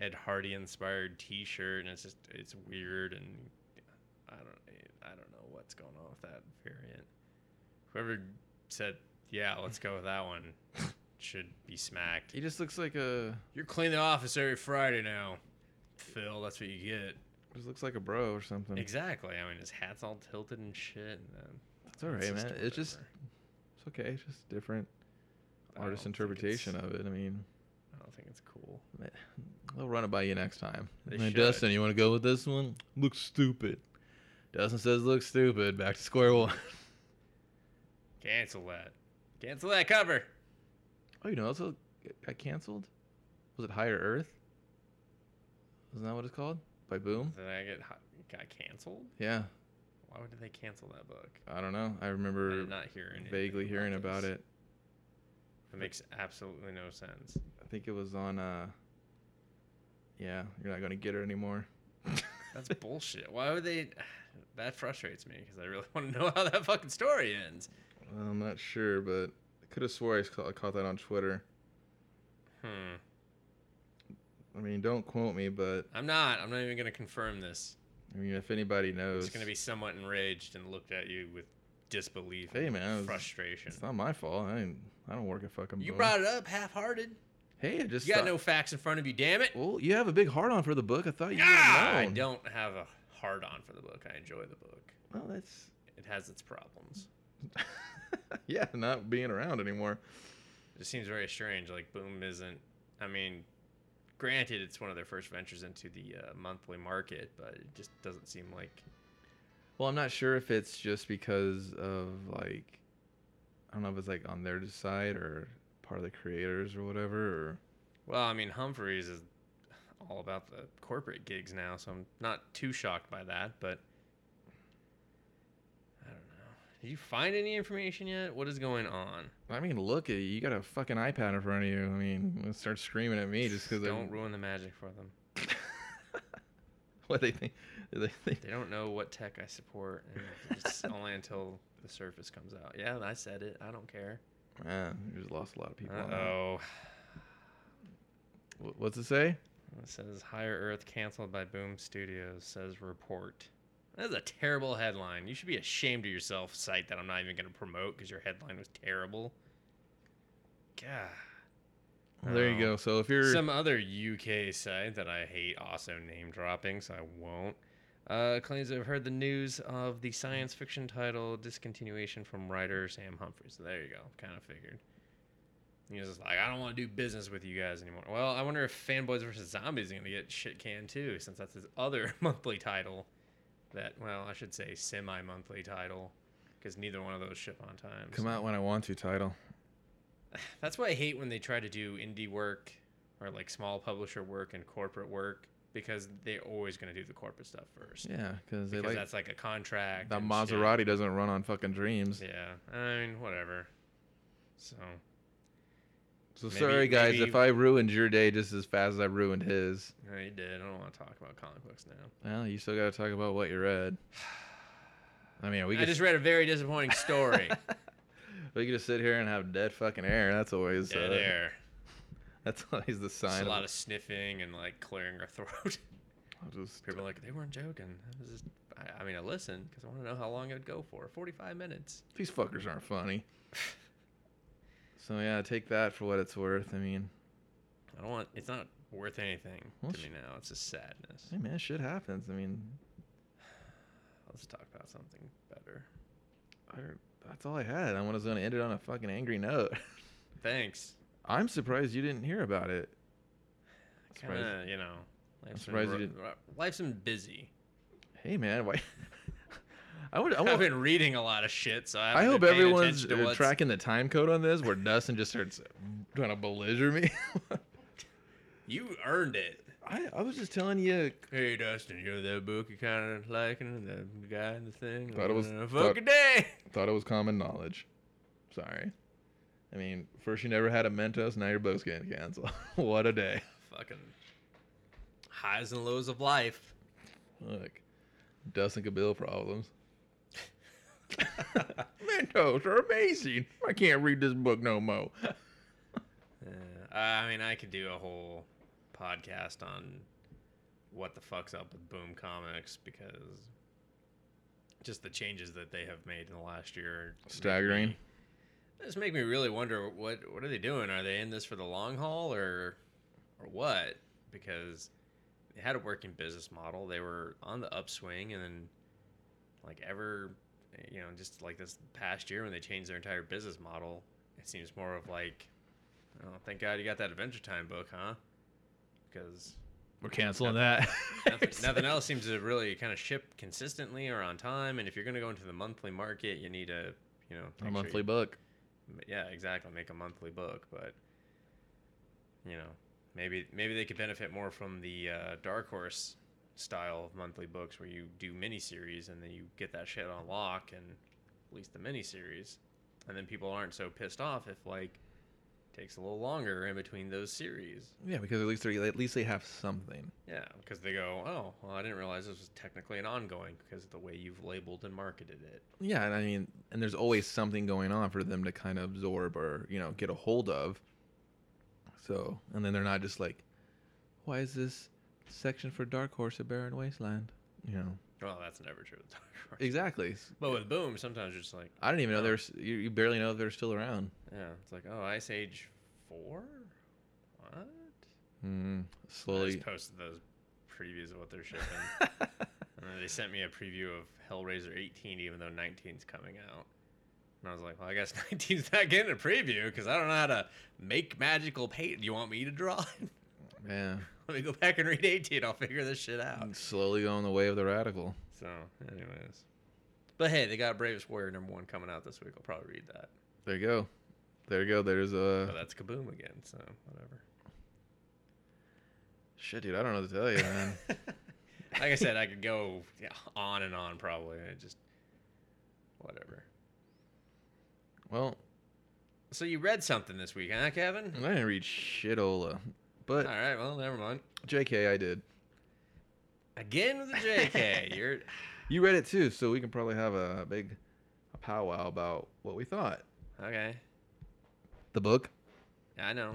S3: Ed Hardy inspired T-shirt, and it's just it's weird and I don't I don't know what's going on with that variant. Whoever said yeah, let's go with that one should be smacked.
S2: he just looks like a
S3: You're cleaning the office every Friday now, Phil. That's what you get.
S2: just looks like a bro or something.
S3: Exactly. I mean, his hat's all tilted and shit. And then
S2: It's all right, man. It's just it's okay. It's just different
S3: I don't
S2: artist
S3: think it's-
S2: interpretation of it. I mean,
S3: I don't think it's cool.
S2: I'll run it by you next time.
S3: They
S2: Hey,
S3: should.
S2: Dustin, you want to go with this one? Looks stupid. Dustin says looks stupid. Back to square one.
S3: Cancel that. Cancel that cover.
S2: Oh, you know, also I canceled. Was it Higher Earth? Isn't that what it's called? By Boom?
S3: Did I get hi- got canceled?
S2: Yeah.
S3: Why would they cancel that book?
S2: I don't know. I
S3: I
S2: remember
S3: did not hear anything
S2: vaguely hearing about
S3: this.
S2: it.
S3: It makes absolutely no sense.
S2: I think it was on. uh Yeah, you're not gonna get it anymore.
S3: That's bullshit. Why would they? That frustrates me because I really want to know how that fucking story ends.
S2: I'm not sure, but I could have swore I ca- I caught that on Twitter.
S3: Hmm.
S2: I mean, don't quote me, but
S3: I'm not. I'm not even gonna confirm this.
S2: I mean, if anybody
S3: I'm
S2: knows,
S3: just gonna be somewhat enraged and looked at you with disbelief
S2: Hey,
S3: and
S2: man, it was-
S3: frustration.
S2: It's not my fault. I ain't, I don't work at fucking.
S3: You
S2: Boom.
S3: brought it up half-hearted.
S2: Hey, I just
S3: You got
S2: thought-
S3: no facts in front of you. Damn it.
S2: Well, you have a big heart on for the book. I thought you.
S3: Ah, I
S2: would know.
S3: don't have a hard on for the book. I enjoy the book.
S2: Well, that's
S3: It has its problems.
S2: yeah, not being around anymore.
S3: It just seems very strange. Like Boom isn't. I mean, granted, it's one of their first ventures into the uh, monthly market, but it just doesn't seem like
S2: Well, I'm not sure if it's just because of like, I don't know if it's like on their side or part of the creators or whatever. Or
S3: Well, I mean, Humphreys is all about the corporate gigs now, so I'm not too shocked by that, but I don't know. Did you find any information yet? What is going on?
S2: I mean, look at you. You got a fucking iPad in front of you. I mean, let's start screaming at me just because
S3: Mm-hmm. Don't ruin the magic for them.
S2: what they think. They think
S3: They don't know what tech I support, and it's only until the Surface comes out. Yeah, I said it. I don't care.
S2: Ah, you just lost a lot of people. on that.
S3: Uh-oh.
S2: Wh- What's it say?
S3: It says Higher Earth canceled by Boom Studios, says report. That is a terrible headline. You should be ashamed of yourself, site that I'm not even going to promote because your headline was terrible. God.
S2: Well, there you
S3: Oh.
S2: go. So if you're
S3: Some other UK site that I hate also name dropping, so I won't. Uh, claims to have heard the news of the science fiction title discontinuation from writer Sam Humphries. So there you go. Kind of figured. He was just like, I don't want to do business with you guys anymore. Well, I wonder if Fanboys vs. Zombies is going to get shit canned too, since that's his other monthly title. That, well, I should say semi monthly title, because neither one of those ship on time.
S2: come out when I want to title.
S3: That's why I hate when they try to do indie work or like small publisher work and corporate work because they're always going to do the corporate stuff first.
S2: Yeah, because they
S3: because
S2: like
S3: that's like a contract.
S2: that
S3: and
S2: Maserati doesn't run on fucking dreams.
S3: shit. Yeah. I mean, whatever. So,
S2: So
S3: Maybe-
S2: sorry guys, if
S3: maybe-
S2: I ruined your day just as fast as I ruined his.
S3: yeah, you did. I don't want to talk about comic books now.
S2: Well, you still got to talk about what you read. I mean, we
S3: I
S2: could
S3: just read a very disappointing story.
S2: we could just sit here and have dead fucking air. That's always
S3: Dead
S2: uh,
S3: air.
S2: That's always the
S3: Just
S2: sign.
S3: a lot of sniffing and like clearing our throat.
S2: I'll just
S3: People are like, they weren't joking. That was just, I, I mean, I listened because I want to know how long it would go for 45 minutes.
S2: these fuckers aren't funny. so yeah, take that for what it's worth. I mean,
S3: I don't want. It's not worth anything
S2: Well,
S3: to
S2: sh-
S3: me now. It's just sadness.
S2: hey man, shit happens. I mean,
S3: Let's talk about something better.
S2: I, that's all I had. I was going to end it on a fucking angry note.
S3: Thanks.
S2: I'm surprised you didn't hear about it. Surprised-
S3: Kind of, you know. Life's been
S2: surprised you
S3: ru-
S2: didn't-
S3: ru- Life's been busy.
S2: Hey man, why? I would. I,
S3: I've
S2: would,
S3: been reading a lot of shit, so I,
S2: I
S3: haven't
S2: hope
S3: been paying
S2: everyone's
S3: attention to
S2: uh,
S3: what's-
S2: tracking the time code on this, where Dustin just starts trying to belliger me.
S3: You earned it.
S2: I, I was just telling you.
S3: Hey, Dustin, you know that book you kind of liking, the guy in the thing.
S2: Thought it was-
S3: Uh,
S2: thought-
S3: fuck a day.
S2: Thought it was common knowledge. Sorry. I mean, first you never had a Mentos, now your boat's getting canceled. what a day.
S3: Fucking highs and lows of life.
S2: Look, Dustin Cabill problems. Mentos are amazing. I can't read this book no more.
S3: Uh, I mean, I could do a whole podcast on what the fuck's up with Boom Comics because just the changes that they have made in the last year make
S2: Staggering.
S3: me- just make me really wonder what what are they doing? Are they in this for the long haul or or what? Because they had a working business model. They were on the upswing, and then like ever, you know, just like this past year when they changed their entire business model, it seems more of like Oh, thank God you got that Adventure Time book, huh? Because
S2: We're canceling that.
S3: nothing, nothing else seems to really kind of ship consistently or on time. And if you're going to go into the monthly market, you need to, you know,
S2: A
S3: make sure
S2: monthly
S3: you-
S2: book.
S3: m- yeah, exactly, make a monthly book. But you know, maybe maybe they could benefit more from the uh, Dark Horse style of monthly books where you do miniseries and then you get that shit on lock and release the miniseries, and then people aren't so pissed off if like takes a little longer in between those series.
S2: Yeah, because at least they at least they have something.
S3: Yeah, because they go, oh, well, I didn't realize this was technically an ongoing because of the way you've labeled and marketed it.
S2: Yeah, and I mean, and there's always something going on for them to kind of absorb or you know get a hold of. So, and then they're not just like, why is this section for Dark Horse a barren wasteland? You know,
S3: Well, that's never true with Dark Horse.
S2: exactly.
S3: But with Boom, sometimes you're just like,
S2: I didn't even know
S3: No.
S2: there's you, you barely know if they're still around.
S3: Yeah, it's like, oh, Ice Age four. What? Mm-hmm.
S2: Mm,
S3: I
S2: slowly.
S3: just posted those previews of what they're shipping. and then they sent me a preview of Hellraiser 18, even though 19's coming out. And I was like, well, I guess 19's not getting a preview because I don't know how to make magical paint. You want me to draw? it?
S2: Yeah,
S3: Let me go back and read 18. I'll figure this shit
S2: Mm.
S3: out.
S2: slowly going the way of the radical.
S3: So, anyways. But hey, they got Bravest Warrior number one coming out this week. I'll probably read that.
S2: There you go. There you go. There's
S3: But
S2: a
S3: that's Kaboom again, so whatever.
S2: shit, dude. I don't know what to tell you, man.
S3: like I said, I could go yeah, on and on probably. and It just whatever.
S2: well,
S3: So you read something this week, huh, Kevin?
S2: I didn't read shitola,
S3: All
S2: but
S3: right, well, never mind.
S2: J.K. I did.
S3: Again with the JK. You're
S2: You read it too, so we can probably have a big a powwow about what we thought.
S3: okay.
S2: The book.
S3: I know.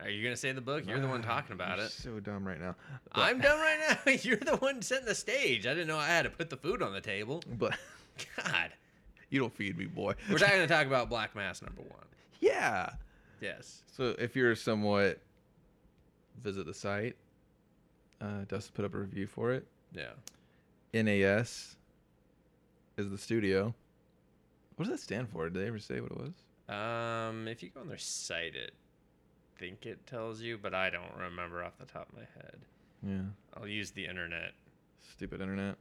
S3: Are you gonna say the book? You're the one talking about
S2: You're
S3: it.
S2: So dumb right now. But,
S3: I'm done right now. You're the one setting the stage. I didn't know I had to put the food on the table.
S2: But
S3: God,
S2: you don't feed me, boy.
S3: we're not gonna talk about Black Mass number one.
S2: yeah.
S3: Yes.
S2: So if you're somewhat visit the site, uh, Dust put up a review for it.
S3: Yeah.
S2: NAS is the studio. What does that stand for? Did they ever say what it was?
S3: Um, if you go on their site, it think it tells you, but I don't remember off the top of my head.
S2: Yeah.
S3: I'll use the internet
S2: Stupid internet.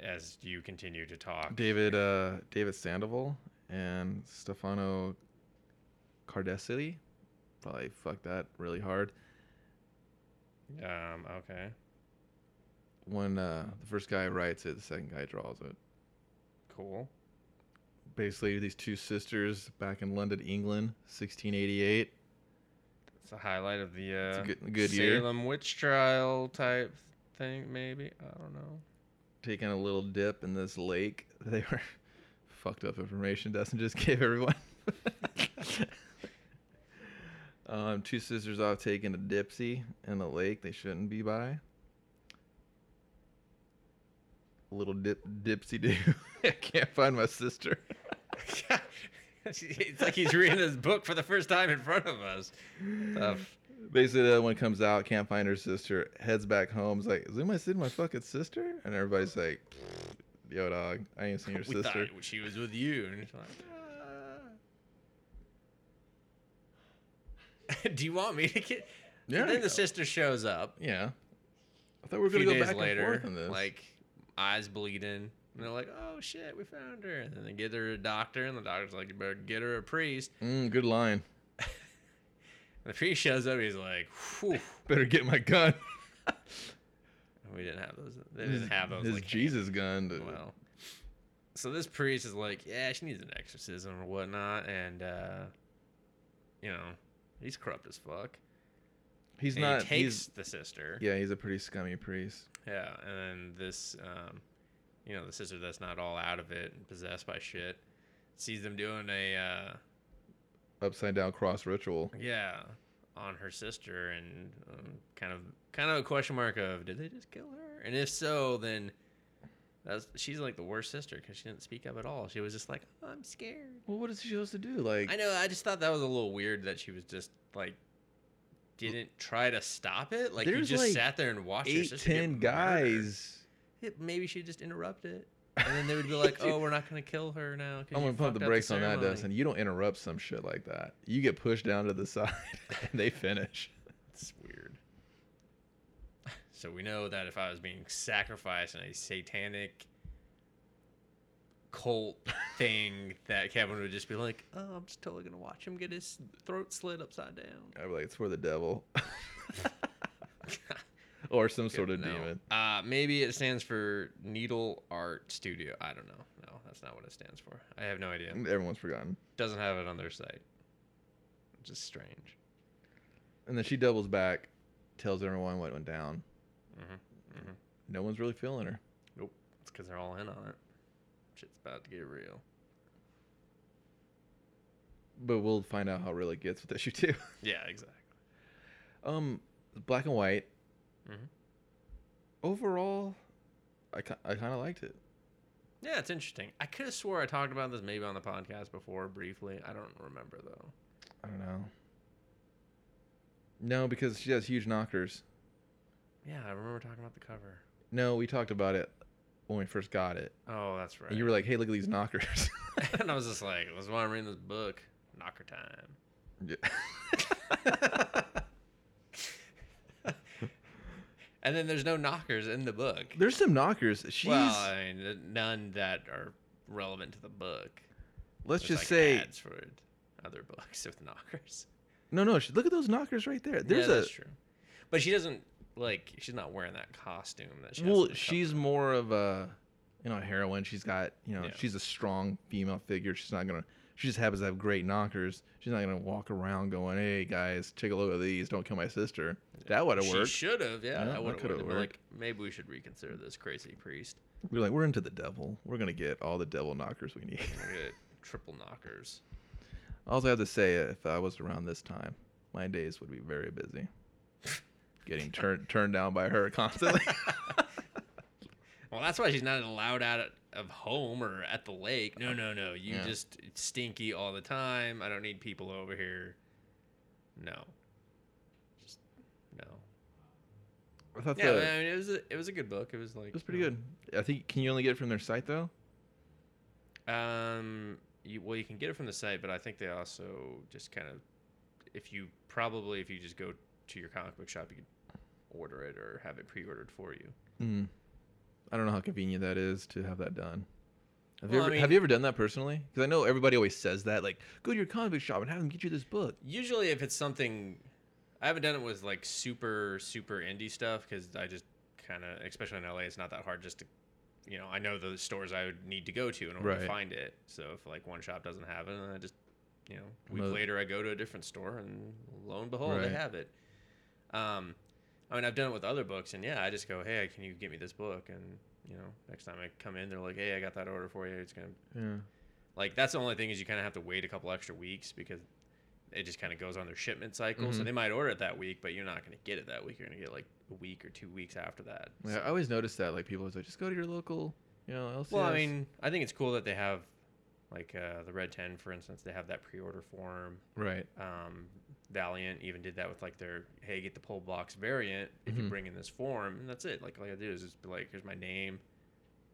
S3: as you continue to talk.
S2: David uh, David Sandoval and Stefano Cardesili. Probably fucked that really hard.
S3: Um, okay,
S2: When uh, the first guy writes it, the second guy draws it.
S3: cool.
S2: Basically, these two sisters back in London, England, 1688.
S3: It's a highlight of the
S2: It's
S3: uh,
S2: a good, good year.
S3: Salem witch trial type thing, maybe. I don't know.
S2: Taking a little dip in this lake. They were fucked up information Dustin just gave everyone. um, two sisters off taking a dipsy in a lake they shouldn't be by. Little dip dipsy do. I can't find my sister.
S3: it's like he's reading his book for the first time in front of us. Tough.
S2: Basically, the other one comes out, can't find her sister, heads back home. Is like, is anybody seen my fucking sister? And everybody's like, yo, dog, I ain't seen your
S3: we thought
S2: sister.
S3: it- she was with you, and it's like,
S2: Ah.
S3: do you want me to get?
S2: Yeah,
S3: then
S2: yeah.
S3: the sister shows up.
S2: Yeah. I thought we were
S3: a few
S2: going to go
S3: days
S2: back
S3: later,
S2: and forth on this.
S3: like eyes bleeding, and they're like, "Oh shit, we found her!" And then they get her a doctor, and the doctor's like, "You better get her a priest."
S2: Mm, good line.
S3: And the priest shows up, he's like, "Whew."
S2: Better get my gun.
S3: And we didn't have those. They didn't have those.
S2: His
S3: like,
S2: Jesus gun. to-
S3: Well, so this priest is like, "Yeah, she needs an exorcism or whatnot," and uh, you know, he's corrupt as fuck.
S2: he's
S3: And
S2: not.
S3: He takes
S2: he's,
S3: the sister.
S2: yeah, he's a pretty scummy priest.
S3: Yeah, and then this, um, you know, the sister that's not all out of it and possessed by shit sees them doing a, uh,
S2: Upside down cross ritual.
S3: yeah, on her sister, and um, kind of, kind of a question mark of did they just kill her? And if so, then that's she's like the worst sister because she didn't speak up at all. She was just like, "Oh, I'm scared.
S2: Well, what is he supposed to do? Like,
S3: I know. I just thought that was a little weird that she was just like. Didn't try to stop it. Like you
S2: There's,
S3: just
S2: like,
S3: sat there and watched your
S2: eight,
S3: sister get
S2: ten
S3: murdered.
S2: guys.
S3: It- Maybe she just interrupted. and then they would be like, "Oh, we're not gonna kill her now." 'cause
S2: I'm gonna
S3: you
S2: pump
S3: fucked
S2: the
S3: up
S2: brakes on that,
S3: ceremony."
S2: Dustin. You don't interrupt some shit like that. You get pushed down to the side, and they finish.
S3: It's weird. So we know that if I was being sacrificed in a satanic cult thing, that Kevin would just be like, "Oh, I'm just totally gonna watch him get his throat slit upside down."
S2: I'd be like, it's for the devil, or some sort of
S3: No.
S2: demon.
S3: Uh, maybe it stands for Needle Art Studio. I don't know. No, that's not what it stands for. I have no idea.
S2: Everyone's forgotten.
S3: Doesn't have it on their site. Which is strange.
S2: And then she doubles back, tells everyone what went down.
S3: mhm.
S2: No one's really feeling her.
S3: Nope. It's because they're all in on it. Shit's about to get real.
S2: But we'll find out how real it gets with issue two.
S3: Yeah, exactly.
S2: um, black and white.
S3: Mhm.
S2: Overall, I, ki- I kind of liked it.
S3: Yeah, it's interesting. I could have swore I talked about this maybe on the podcast before briefly. I don't remember though.
S2: I don't know. No, because she has huge knockers.
S3: Yeah, I remember talking about the cover.
S2: No, we talked about it when we first got it.
S3: Oh, that's right.
S2: And you were like, hey, look at these knockers.
S3: and I was just like, that's why I'm reading this book. Knocker time.
S2: Yeah.
S3: And then there's no knockers in the book.
S2: There's some knockers. She's,
S3: Well, I mean, th- none that are relevant to the book.
S2: let's
S3: There's,
S2: just
S3: like,
S2: say,
S3: ads for other books with knockers.
S2: no, no, she, look at those knockers right there. There's
S3: yeah,
S2: a,
S3: that's true. But she doesn't like. She's not wearing that costume that she. has on
S2: well
S3: the
S2: she's
S3: cover.
S2: more of a you know a heroine she's got you know
S3: Yeah.
S2: she's a strong female figure she's not gonna she just happens to have great knockers she's not gonna walk around going hey guys take a look at these don't kill my sister that would have
S3: She
S2: worked
S3: should have. Yeah,
S2: Yeah,
S3: that
S2: that
S3: would've
S2: could've
S3: worked. But, Like maybe we should reconsider this crazy priest.
S2: we're like we're into the devil we're gonna get all the devil knockers we need
S3: We're gonna get triple knockers.
S2: also i have to say if i was around this time my days would be very busy getting turned turned down by her constantly
S3: Well, that's why she's not allowed out of home or at the lake. No, no, no. You
S2: Yeah.
S3: just stinky all the time. I don't need people over here. No. Just no.
S2: i thought
S3: Yeah,
S2: that
S3: I mean, it was a, it was a good book. It was like
S2: it was pretty good i think can you only get it from their site though
S3: good. Um, you, well, you can get it from the site, but I think they also just kind of, if you probably if you just go to your comic book shop, you could order it or have it pre-ordered for you.
S2: Mm. I don't know how convenient that is to have that done. Have, you
S3: Well, I
S2: ever, have
S3: mean-
S2: you ever done that personally? Because I know everybody always says that, like, go to your comic book shop and have them get you this book.
S3: Usually, if it's something, I haven't done it with like super super indie stuff because I just kind of, especially in LA, it's not that hard just to, you know, I know the stores I would need to go to in order to
S2: Right.
S3: find it. So if like one shop doesn't have it, then I just, you know, a week
S2: Mo-
S3: later I go to a different store and lo and behold, they
S2: Right.
S3: have it. Um, I mean, I've done it with other books, and yeah, I just go, hey, can you get me this book? And you know, next time I come in, they're like, hey, I got that order for you. It's gonna
S2: Yeah.
S3: like that's the only thing is you kind of have to wait a couple extra weeks because it just kind of goes on their shipment cycle. So
S2: Mhm.
S3: they might order it that week, but you're not going to get it that week. You're going to get like a week or two weeks after that. So-
S2: I always notice that. Like, people always like, just go to your local, you know, LCS.
S3: well, I mean, I think it's cool that they have like uh, the Red Ten, for instance. They have that pre-order form.
S2: right.
S3: Um, Valiant even did that with like their hey, get the pull box variant if you
S2: Mhm.
S3: bring in this form, and that's it. Like all you do is just be like, here's my name,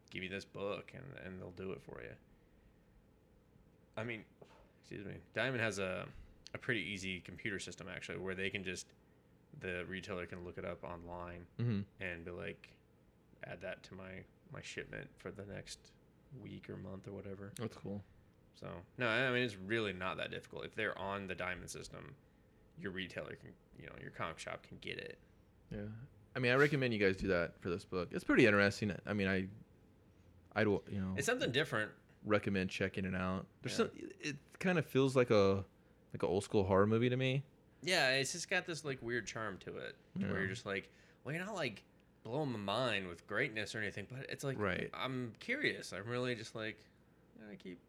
S3: give me this book, and and they'll do it for you. I mean, excuse me. Diamond has a a pretty easy computer system actually, where they can just the retailer can look it up online
S2: Mm-hmm.
S3: and be like, add that to my my shipment for the next week or month or whatever.
S2: That's cool.
S3: So no, I I mean it's really not that difficult. If they're on the diamond system, your retailer can, you know, your comic shop can get it.
S2: Yeah. I mean, I recommend you guys do that for this book. It's pretty interesting. I mean, I, I'd, wa- you know,
S3: It's something different.
S2: recommend checking it out. There's
S3: Yeah.
S2: some, it kind of feels like a, like an old school horror movie to me.
S3: Yeah, it's just got this like weird charm to it, to where
S2: Yeah.
S3: you're just like, well, you're not like blowing my mind with greatness or anything, but it's like
S2: Right.
S3: I'm curious. I'm really just like, I keep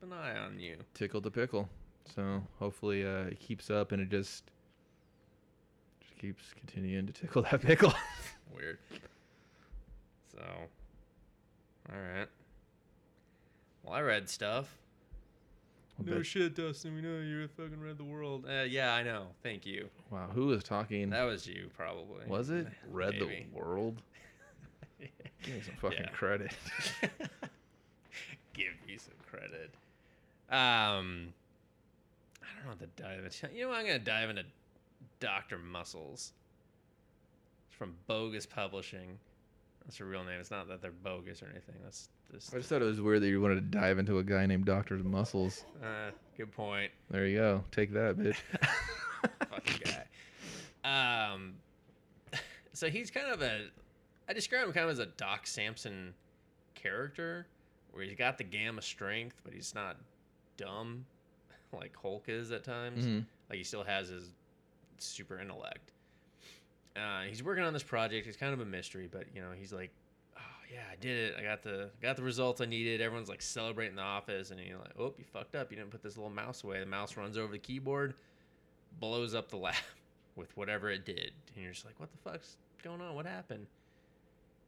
S3: an eye on you.
S2: tickled the pickle. So hopefully uh, it keeps up and it just just keeps continuing to tickle that pickle.
S3: Weird. So, all right. Well, I read stuff.
S2: I
S3: No
S2: bet-
S3: shit, Dustin. We know you fucking read the world. Uh, yeah, I know. Thank you.
S2: wow, who was talking?
S3: That was you, probably.
S2: was it? Read
S3: Maybe.
S2: the world? Give me some fucking
S3: Yeah.
S2: credit.
S3: credit. Um, I don't want to dive into. You know, what? I'm gonna dive into Doctor Muscles. It's from Bogus Publishing. That's her real name. It's not that they're bogus or anything. That's just
S2: I just thought it was weird that you wanted to dive into a guy named Doctor Muscles.
S3: uh, good point.
S2: There you go. Take that, bitch.
S3: fucking guy. Um, so he's kind of a, I describe him kind of as a Doc Samson character, where he's got the gamma strength, but he's not dumb, like Hulk is at times.
S2: hmm
S3: Like he still has his super intellect. Uh, he's working on this project. It's kind of a mystery, but you know he's like, "Oh yeah, I did it. I got the got the results I needed." Everyone's like celebrating in the office, and you're like, "Oh, you fucked up. You didn't put this little mouse away." The mouse runs over the keyboard, blows up the lab with whatever it did, and you're just like, "What the fuck's going on? What happened?"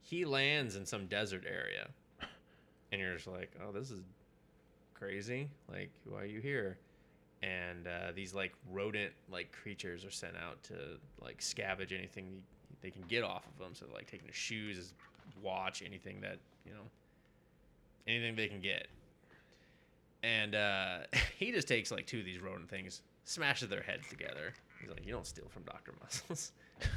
S3: He lands in some desert area, and you're just like, "Oh, this is crazy. Like, why are you here?" and uh, these like rodent like creatures are sent out to like scavenge anything they- they can get off of them. So like taking their shoes, his watch, anything that you know, anything they can get. And uh, he just takes like two of these rodent things, smashes their heads together. He's like, "You don't steal from Doctor Muscles."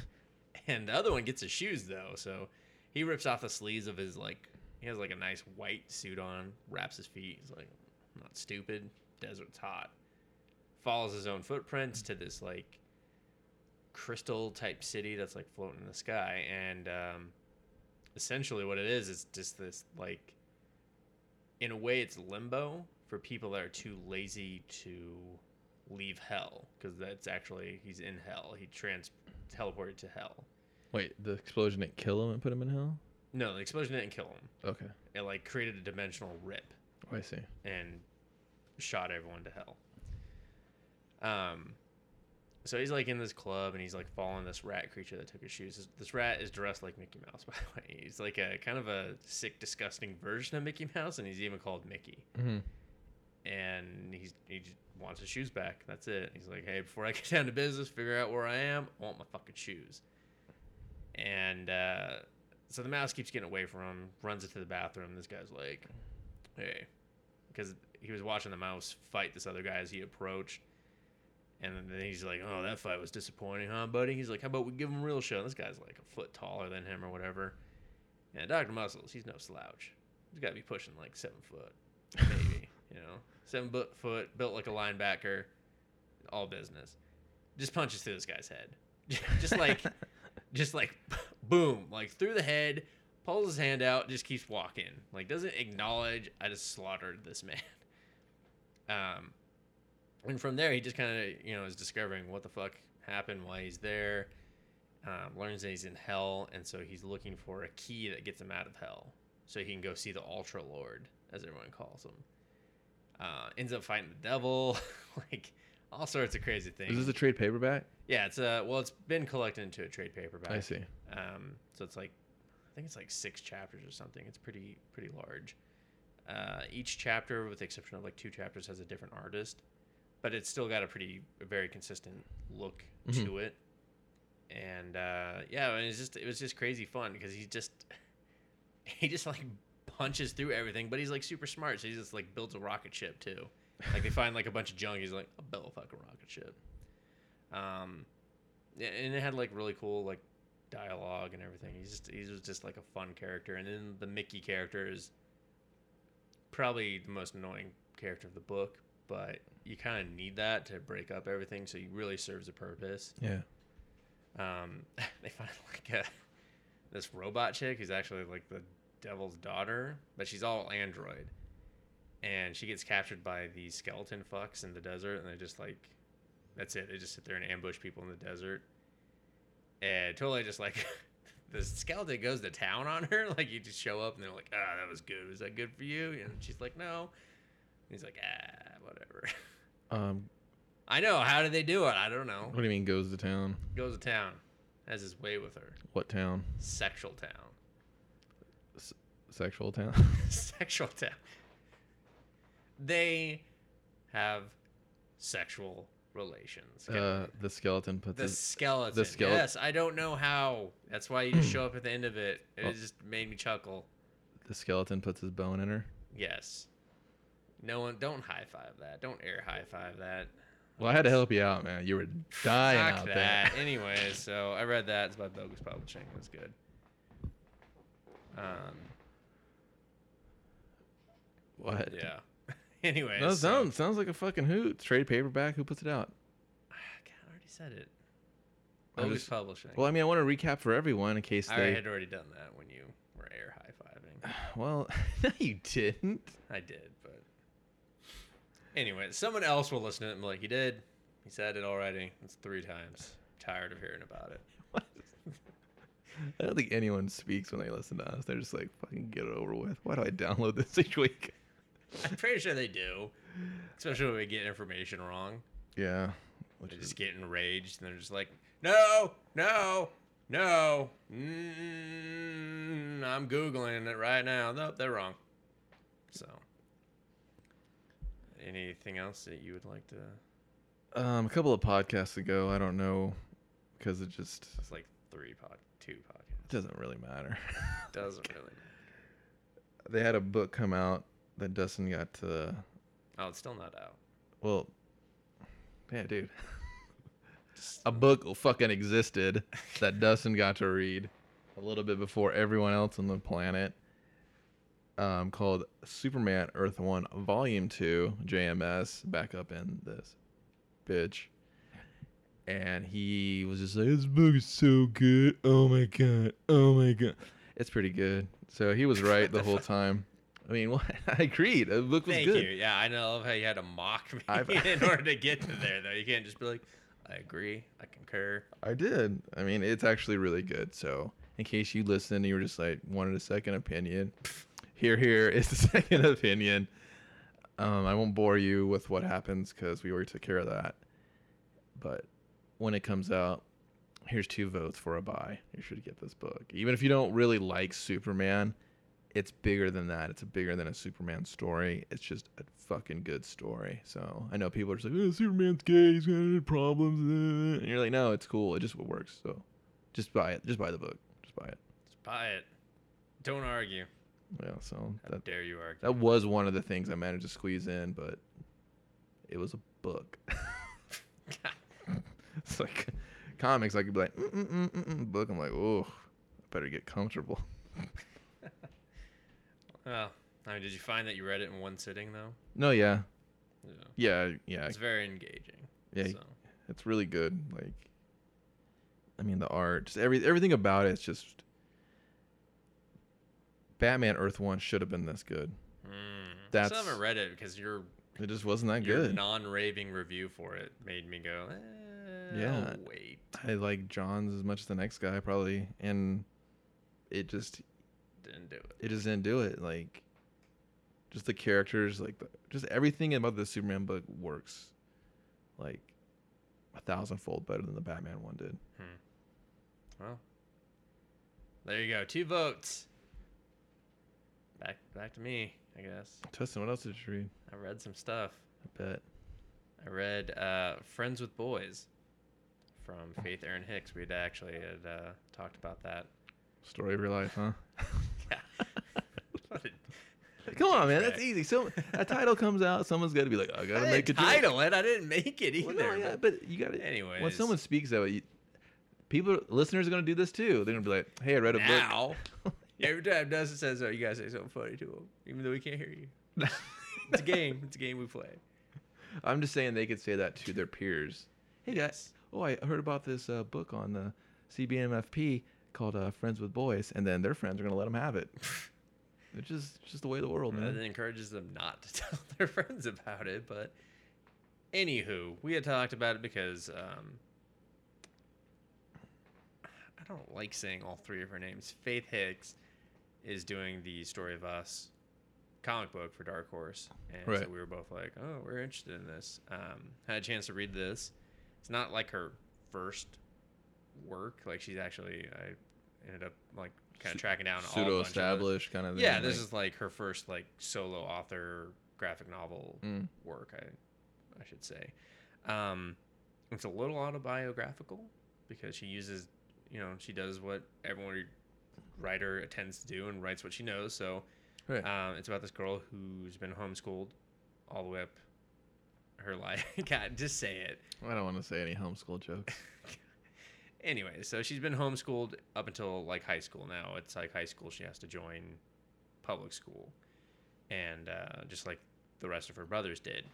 S3: and the other one gets his shoes though, so he rips off the sleeves of his like he has like a nice white suit on, wraps his feet. He's like, "I'm not stupid. Desert's hot." follows his own footprints to this like crystal type city that's like floating in the sky and um, essentially what it is is just this like in a way it's limbo for people that are too lazy to leave hell because that's actually he's in hell he trans teleported to hell
S2: Wait, the explosion didn't kill him and put him in hell?
S3: no the explosion didn't kill him
S2: Okay.
S3: it like created a dimensional rip
S2: Oh, I see.
S3: and shot everyone to hell. Um, so he's like in this club and he's like following this rat creature that took his shoes. This, this rat is dressed like Mickey Mouse, by the way. He's like a kind of a sick, disgusting version of Mickey Mouse, and he's even called Mickey.
S2: hmm
S3: And he's he just wants his shoes back. That's it. He's like, hey, before I get down to business, figure out where I am. I want my fucking shoes. And uh, so the mouse keeps getting away from him. Runs into the bathroom. This guy's like, hey, because he was watching the mouse fight this other guy as he approached. And then he's like, "Oh, that fight was disappointing, huh, buddy?" He's like, "How about we give him a real show?" this guy's like a foot taller than him or whatever. And Doctor Muscles, he's no slouch. He's got to be pushing like seven foot, maybe. you know, seven bu- foot, built like a linebacker, all business. Just punches through this guy's head, just like, just like, boom, like through the head. Pulls his hand out, just keeps walking. Like doesn't acknowledge. I just slaughtered this man. Um, and from there, he just kind of, you know, is discovering what the fuck happened, why he's there, um, learns that he's in hell, and so he's looking for a key that gets him out of hell so he can go see the Ultra Lord, as everyone calls him. Uh, ends up fighting the devil, like all sorts of crazy things.
S2: Is this a trade paperback?
S3: yeah, it's uh, well, it's been collected into a trade paperback.
S2: I see.
S3: Um, so it's like, I think it's like six chapters or something. It's pretty pretty large. Uh, each chapter, with the exception of like two chapters, has a different artist, but it's still got a pretty a very consistent look
S2: Mhm.
S3: to it. And uh, yeah, and it's just it was just crazy fun because he just he just like punches through everything, but he's like super smart, so he just like builds a rocket ship too. Like they find like a bunch of junk, he's like, I'll build a fucking rocket ship. Um, yeah, and it had like really cool like dialogue and everything. He's just he was just like a fun character, and then the Mickey character is probably the most annoying character of the book, but you kind of need that to break up everything, so he really serves a purpose.
S2: Yeah.
S3: Um, they find like a this robot chick who's actually like the devil's daughter, but she's all android, and she gets captured by these skeleton fucks in the desert, and they just like that's it. They just sit there and ambush people in the desert, and totally just like the skeleton goes to town on her. Like you just show up and they're like, "Ah, that was good. Was that good for you?" And she's like, "No." And he's like, "Ah, whatever."
S2: Um,
S3: I know. How did they do it? I don't know.
S2: what do you mean goes to town?
S3: Goes to town, has his way with her.
S2: What town?
S3: Sexual town.
S2: Sexual town?
S3: sexual town. They have sexual relations.
S2: uh, the skeleton puts
S3: the
S2: his,
S3: skeleton.
S2: the skele-
S3: yes, I don't know how. That's why you just show up at the end of it. It
S2: Well-
S3: just made me chuckle.
S2: the skeleton puts his bone in her.
S3: Yes. No one, don't high five that. Don't air high five that.
S2: Well, I had to help you out, man. You were dying
S3: Fuck
S2: out
S3: that.
S2: there.
S3: Anyways, so I read that. It's by Bogus Publishing. It was good. Um,
S2: What?
S3: yeah. uh, Anyways.
S2: No, it
S3: so-
S2: sounds sounds like a fucking hoot. Trade paperback. Who puts it out?
S3: God, I already said it.
S2: I
S3: Bogus
S2: just-
S3: Publishing.
S2: Well, I mean, I want to recap for everyone in case
S3: I
S2: they.
S3: had already done that when you were air high fiving.
S2: Well, no, you didn't.
S3: I did, but anyway, someone else will listen to it and be like, "He did. He said it already. It's three times. tired of hearing about it."
S2: I don't think anyone speaks when they listen to us. They're just like, fucking get it over with. Why do I download this each week?
S3: I'm pretty sure they do, especially when we get information wrong.
S2: Yeah. Which
S3: They
S2: is,
S3: just get enraged and they're just like, "No, no, no. Mm, I'm googling it right now. Nope, they're wrong." So, anything else that you would like to?
S2: um, a couple of podcasts ago, I don't know, because it just
S3: It's like three pod, two podcasts.
S2: doesn't really matter.
S3: Doesn't really. matter.
S2: they had a book come out that Dustin got to.
S3: Oh, it's still not out.
S2: Well, yeah, dude. a book fucking existed that Dustin got to read a little bit before everyone else on the planet um, called Superman Earth 1 Volume 2 JMS back up in this bitch. And he was just like, this book is so good. Oh my God. Oh my God. It's pretty good. So he was right the whole time. I mean, what? I agreed. The book was
S3: Thank
S2: good.
S3: you. Yeah, I know I love how you had to mock me
S2: I've-
S3: in order to get to there, though. You can't just be like, "I agree, I concur."
S2: I did. I mean, it's actually really good. So, in case you listened and you were just like wanted a second opinion, here, here is the second opinion. Um, I won't bore you with what happens because we already took care of that. But when it comes out, here's two votes for a buy. You should get this book, even if you don't really like Superman. It's bigger than that. It's bigger than a Superman story. It's just a fucking good story. So I know people are just like, oh, Superman's gay. He's got problems. uh," And you're like, no, it's cool. It just works. So just buy it. Just buy the book. Just buy it.
S3: Just buy it. Don't argue.
S2: Yeah. So
S3: How
S2: that,
S3: dare you argue?
S2: that was one of the things I managed to squeeze in, but it was a book. it's like comics. I could be like, mm mm mm mm mm book. I'm like, oh, I better get comfortable.
S3: Well, I mean, did you find that you read it in one sitting though?
S2: No, yeah,
S3: Yeah.
S2: yeah, yeah,
S3: It's very engaging.
S2: yeah.
S3: So.
S2: It's really good. Like, I mean, the art, just every everything about it's just. Batman Earth One should have been this good.
S3: Mm. I
S2: That's-
S3: still haven't read it because your
S2: It just wasn't that
S3: your
S2: good.
S3: non-raving review for it made me go. Eh,
S2: Yeah.
S3: I'll wait.
S2: I like Johns as much as the next guy probably, and it just
S3: Didn't do it.
S2: it just didn't do it. Like, just the characters, like the, just everything about the Superman book works, like a thousandfold better than the Batman one did.
S3: Well, there you go. Two votes. Back back to me, I guess.
S2: Tustin, what else did you read?
S3: I read some stuff.
S2: I bet.
S3: I read uh, Friends with Boys from Faith Erin Hicks. We'd actually had uh, talked about that.
S2: Story of your life, huh?
S3: Yeah. What a-
S2: Come on, man.
S3: Douchebag.
S2: That's easy. So a title comes out, someone's got to be like, I gotta
S3: I
S2: make a
S3: didn't
S2: joke.
S3: title it. I didn't make it either.
S2: Well, no, yeah, but you got to.
S3: Anyways.
S2: when someone speaks that way, you, people, listeners are gonna do this too. They're gonna be like, Hey, I read a
S3: but
S2: book.
S3: now, every time Dustin says, "Oh, you guys say something funny to him," even though we can't hear you. It's a game. It's a game we play.
S2: I'm just saying they could say that to their peers. Hey guys, oh I heard about this uh, book on the CBMFP called uh, Friends with Boys, and then their friends are gonna let them have it. it's just it's just the way of the world,
S3: And it
S2: man.
S3: encourages them not to tell their friends about it. But anywho, we had talked about it because um, I don't like saying all three of her names. Faith Hicks is doing the Story of Us comic book for Dark Horse, and so
S2: Right.
S3: we were both like, "Oh, we're interested in this." Um, had a chance to read this. It's not like her first work. Like she's actually, I ended up like kind
S2: Pse-
S3: of tracking down all a bunch of
S2: Pseudo
S3: other-
S2: established kind of thing.
S3: yeah, this
S2: like-
S3: is like her first like solo author graphic novel
S2: Mm.
S3: work, I I should say. Um, it's a little autobiographical because she uses, you know, she does what everyone writer attends to do and writes what she knows. So
S2: Right.
S3: um, it's about this girl who's been homeschooled all whip her life. God, just say it.
S2: I don't want to say any homeschool jokes.
S3: Anyway, so she's been homeschooled up until like high school now. It's like high school, she has to join public school. And uh, just like the rest of her brothers did.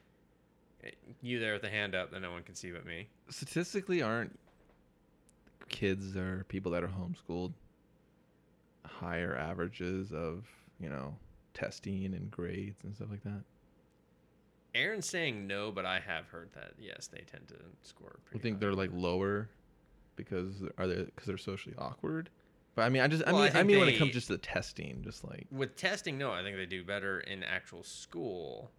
S3: Eh, You there with the hand up that no one can see but me.
S2: Statistically, aren't kids or people that are homeschooled higher averages of you know testing and grades and stuff like that?
S3: Aaron's saying no, but I have heard that yes, they tend to
S2: I
S3: score pretty
S2: think
S3: high.
S2: they're like lower because are they because they're socially awkward? But I mean, I just I
S3: Well, I
S2: mean I,
S3: think
S2: mean when it
S3: they-
S2: comes just to the testing, just like
S3: with testing no i think they do better in actual school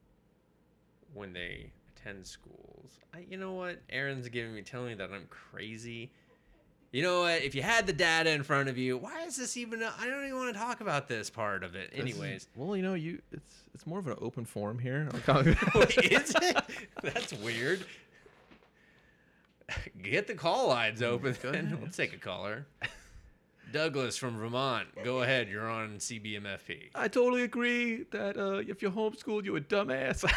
S3: when they attend schools I, you know what aaron's giving me telling me that i'm crazy you know what if you had the data in front of you why is this even a- i don't even want to talk about this part of it
S2: this is-
S3: anyways
S2: well, you know, you it's it's more of an open forum here. on
S3: Wait,
S2: Comic-
S3: is Oh, it that's weird get the call lines open
S2: Mm, Go
S3: then.
S2: ahead.
S3: let's take a caller douglas from vermont go ahead you're on cbmfp
S2: I totally agree that uh, if you're homeschooled, you're a dumbass.
S3: wow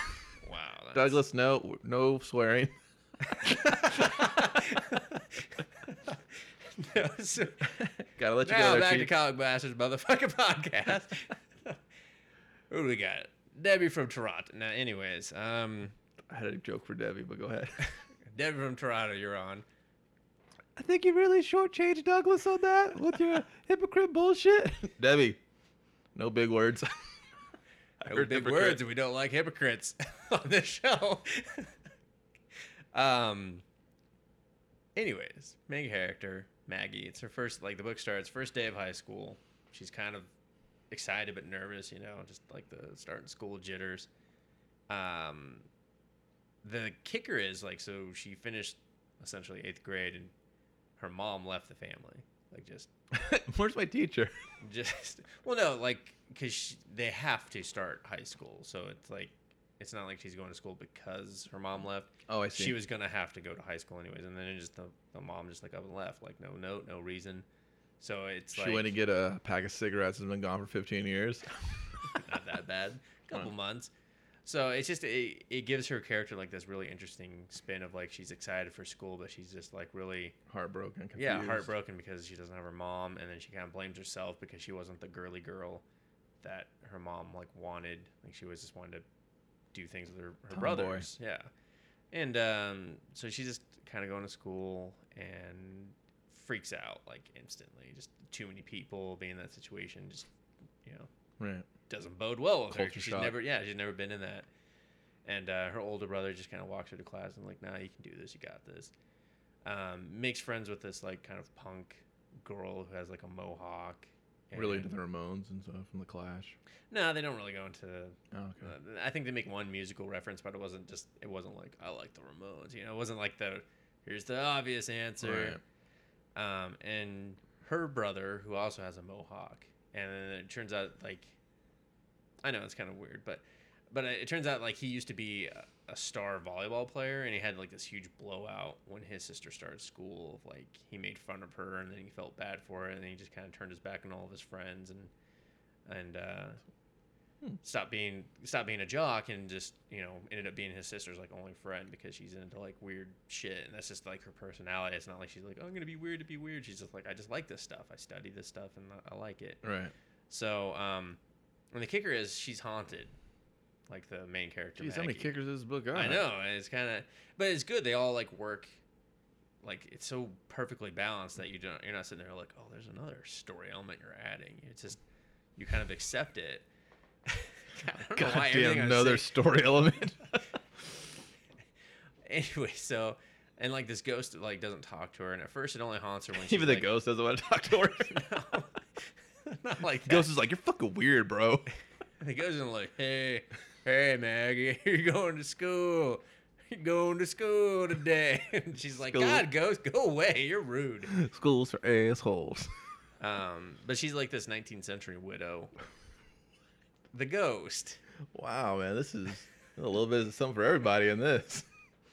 S3: that's-
S2: Douglas, no, no swearing.
S3: No, so-
S2: Gotta let you
S3: now
S2: go there,
S3: back to
S2: Chief.
S3: Comic Blasters motherfucking podcast. Who do we got? Debbie from Toronto. Now, anyways, um,
S2: I had a joke for Debbie, but go ahead.
S3: Debbie from Toronto, you're on.
S2: I think you really shortchanged Douglas on that with your hypocrite bullshit. Debbie, no big words. I
S3: No
S2: heard
S3: big
S2: hypocrite.
S3: words, and we don't like hypocrites on this show. um. Anyways, main character Maggie. It's her first, like the book starts, first day of high school. She's kind of excited but nervous, you know, just like the starting school jitters. Um, the kicker is like, so she finished essentially eighth grade, and her mom left the family, like just
S2: Where's my teacher?
S3: just well no like because they have to start high school so it's like it's not like she's going to school because her mom left
S2: Oh, I see.
S3: she was gonna have to go to high school anyways and then it just the, the mom just like up and left like no note no reason so it's
S2: She
S3: like
S2: went to get a pack of cigarettes and has been gone for 15 years.
S3: not that bad couple
S2: Huh.
S3: months so it's just it, it gives her character like this really interesting spin of like she's excited for school but she's just like really
S2: Heartbroken. Confused.
S3: Yeah, heartbroken because she doesn't have her mom, and then she kind of blames herself because she wasn't the girly girl that her mom like wanted. Like she was just wanted to do things with her, her
S2: Tomboy.
S3: brothers. Yeah, and um, so she's just kind of going to school and freaks out like instantly. Just too many people being in that situation. Just you know
S2: Right.
S3: doesn't bode well with her. 'cause
S2: Culture
S3: She's
S2: shock.
S3: never, yeah, she's never been in that. And uh, her older brother just kind of walks her to class and like, nah, you can do this, you got this. Um, makes friends with this like kind of punk girl who has like a mohawk.
S2: Really
S3: and-
S2: into the Ramones and stuff from the Clash.
S3: No, they don't really go into.
S2: Oh,
S3: Uh,
S2: okay.
S3: I think they make one musical reference, but it wasn't just. It wasn't like I like the Ramones. You know, it wasn't like the here's the obvious answer
S2: Right.
S3: um, and her brother who also has a mohawk and then it turns out like i know it's kind of weird but but it turns out like he used to be a- a star volleyball player and he had like this huge blowout when his sister started school of like he made fun of her and then he felt bad for it and then he just kind of turned his back on all of his friends and and uh
S2: Hmm.
S3: stopped being stopped being a jock and just you know ended up being his sister's like only friend because she's into like weird shit and that's just like her personality it's not like she's like oh, i'm gonna be weird to be weird she's just like i just like this stuff i study this stuff and i, I like it
S2: Right.
S3: so um and the kicker is she's haunted like the main character
S2: Jeez, how many
S3: Maggie.
S2: kickers does this book got?
S3: I know. and It's kind of, but it's good. They all like work, like it's so perfectly balanced that you don't. You're not sitting there like, oh, there's another story element you're adding. It's just you kind of accept it. God, I don't know why everything
S2: Goddamn,
S3: I
S2: another
S3: say-
S2: story element.
S3: Anyway, so and like this ghost like doesn't talk to her, and at first it only haunts her when she's
S2: Even the
S3: like,
S2: ghost doesn't want to talk to her.
S3: No, not like that.
S2: Ghost is like, you're fucking weird, bro.
S3: The ghost is like, hey, hey, Maggie, you're going to school. You're going to school today. And she's like,
S2: School.
S3: God, ghost, go away. You're rude.
S2: Schools for assholes.
S3: Um, but she's like this 19th century widow. The ghost.
S2: Wow, man, this is a little bit of something for everybody in this.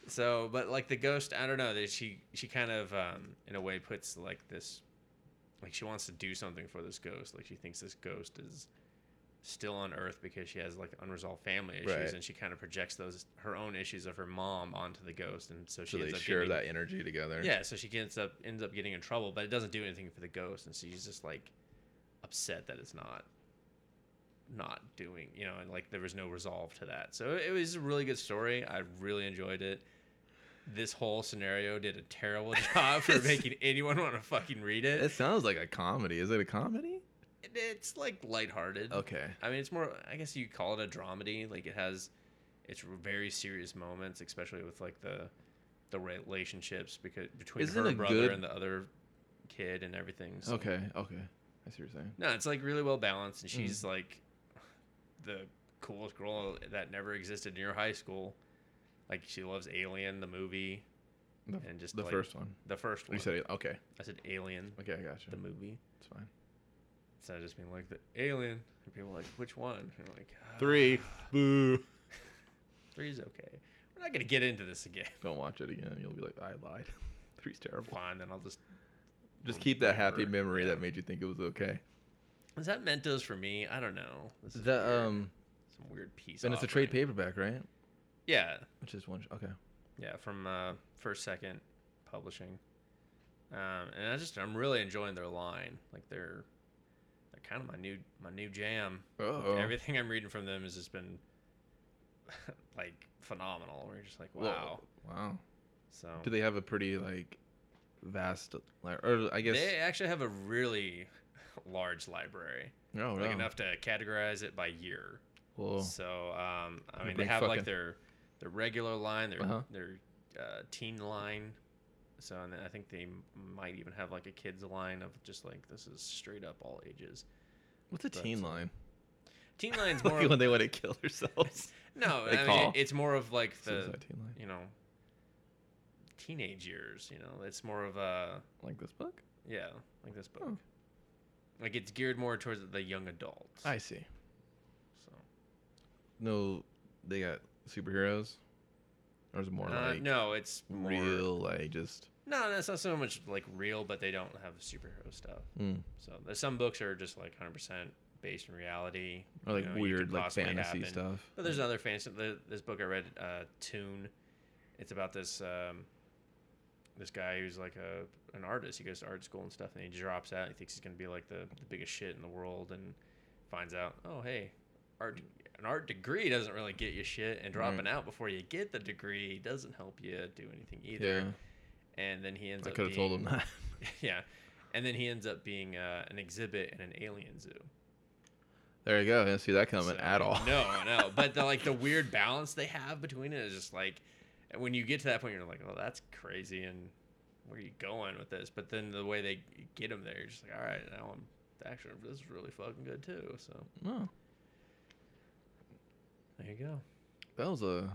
S3: So, but like the ghost, I don't know. That she she kind of um, in a way puts like this, like she wants to do something for this ghost. Like she thinks this ghost is still on Earth because she has like unresolved family issues,
S2: Right.
S3: and she kind of projects those her own issues of her mom onto the ghost, and so she
S2: So
S3: ends
S2: they
S3: up
S2: share
S3: getting,
S2: that energy together.
S3: Yeah, so she gets up ends up getting in trouble, but it doesn't do anything for the ghost, and she's just like upset that it's not not doing, you know, and like there was no resolve to that. So it was a really good story. I really enjoyed it. This whole scenario did a terrible job for
S2: It's-
S3: making anyone want to fucking read it.
S2: It sounds like a comedy. Is it a comedy?
S3: It- It's like lighthearted.
S2: Okay.
S3: I mean, it's more. I guess you call it a dramedy. Like it has, it's very serious moments, especially with like the, the relationships because between
S2: Isn't
S3: her
S2: a
S3: brother
S2: good-
S3: and the other kid and everything. so-
S2: Okay. Okay. I see what you're saying.
S3: No, it's like really well balanced, and
S2: Mm.
S3: she's like, the coolest girl that never existed in your high school. Like she loves Alien, the movie,
S2: The,
S3: and just
S2: the
S3: like,
S2: first one.
S3: The first one.
S2: You said it. Okay.
S3: I said Alien,
S2: Okay. I gotcha.
S3: the movie.
S2: It's fine.
S3: So I just mean like the Alien, and people are like, which one? And I'm like
S2: Three. Boo.
S3: Three's okay. We're not gonna get into this again.
S2: Don't watch it again. You'll be like, I lied. Three's terrible.
S3: Fine, then I'll just.
S2: Just keep that happy
S3: Remember,
S2: memory
S3: yeah.
S2: that made you think it was okay.
S3: Is that Mentos for me? I don't know. This is
S2: The
S3: weird.
S2: um,
S3: some weird piece.
S2: and it's a trade
S3: offering.
S2: paperback, right?
S3: Yeah,
S2: Which is one. Okay.
S3: yeah, from uh, First Second Publishing. Um, and I just I'm really enjoying their line. Like they're they're kind of my new my new jam.
S2: Oh.
S3: Everything I'm reading from them has just been like phenomenal. We're just like wow.
S2: Wow.
S3: So
S2: Do they have a pretty like vast, like, or I guess
S3: they actually have a really large library.
S2: no,
S3: like
S2: no.
S3: enough to categorize it by year.
S2: Well,
S3: So um, I
S2: Gonna
S3: mean, they
S2: bring
S3: have
S2: fucking-
S3: like their their regular line, their
S2: Uh-huh.
S3: their uh, teen line. So and then I think they m- might even have like a kids line of just like this is straight up all ages.
S2: what's a teen line?
S3: Teen line's more
S2: Like when
S3: of,
S2: they want to kill themselves.
S3: no,
S2: they
S3: I mean
S2: call.
S3: it- it's more of like the
S2: Suicide teen line.
S3: you know teenage years. You know, it's more of a
S2: Like this book?
S3: yeah like this book.
S2: Oh.
S3: Like it's geared more towards the young adults.
S2: I see.
S3: so.
S2: No, they got superheroes, or is it more
S3: Uh,
S2: like
S3: no, it's more,
S2: real, like just
S3: No, that's not so much like real, but they don't have superhero stuff.
S2: mm,
S3: So there's some books are just like 100% based in reality,
S2: or like
S3: you know, you
S2: weird,
S3: could
S2: like
S3: possibly
S2: fantasy
S3: happen.
S2: stuff?
S3: But there's another fantasy. the- This book I read, uh, Tune. It's about this um, this guy who's like a an artist. He goes to art school and stuff, and he drops out. He thinks he's gonna be like the, the biggest shit in the world, and finds out, oh hey, art an art degree doesn't really get you shit, and dropping out before you get the degree doesn't help you do anything either.
S2: yeah,
S3: And then he ends
S2: I
S3: up
S2: could have told
S3: being-
S2: him that.
S3: yeah. And then he ends up being uh, an exhibit in an alien zoo.
S2: there you go. I didn't see that coming
S3: So-
S2: at all.
S3: No, no. But the like the weird balance they have between it is just like when you get to that point, you're like, "Oh, that's crazy," and where are you going with this? But then the way they get him there, you're just like, "All right, now I'm actually this is really fucking good too." So
S2: No,
S3: there you go.
S2: that was a.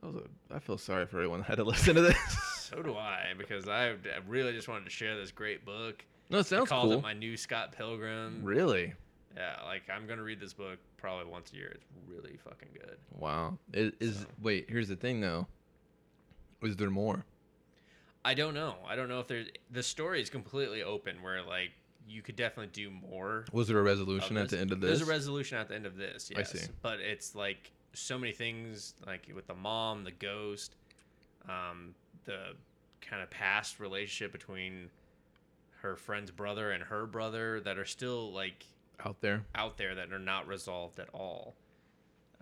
S2: That was a. I feel sorry for everyone that had to listen to this.
S3: So do I because I I really just wanted to share this great book.
S2: no, it
S3: I
S2: sounds
S3: called
S2: cool.
S3: it my new Scott Pilgrim.
S2: Really?
S3: Yeah, like I'm gonna read this book probably once a year. It's really fucking good.
S2: Wow. It is
S3: So-
S2: wait, here's the thing though. Is there more?
S3: I don't know. I don't know if there's the story is completely open where like you could definitely do more. of
S2: Was there a resolution at
S3: this.
S2: the end of this?
S3: Oh, There's a resolution at the end of this.
S2: I
S3: Yes.
S2: see.
S3: But it's like so many things like with the mom, the ghost, um, the kind of past relationship between her friend's brother and her brother that are still like
S2: out there.
S3: out there that are not resolved at all.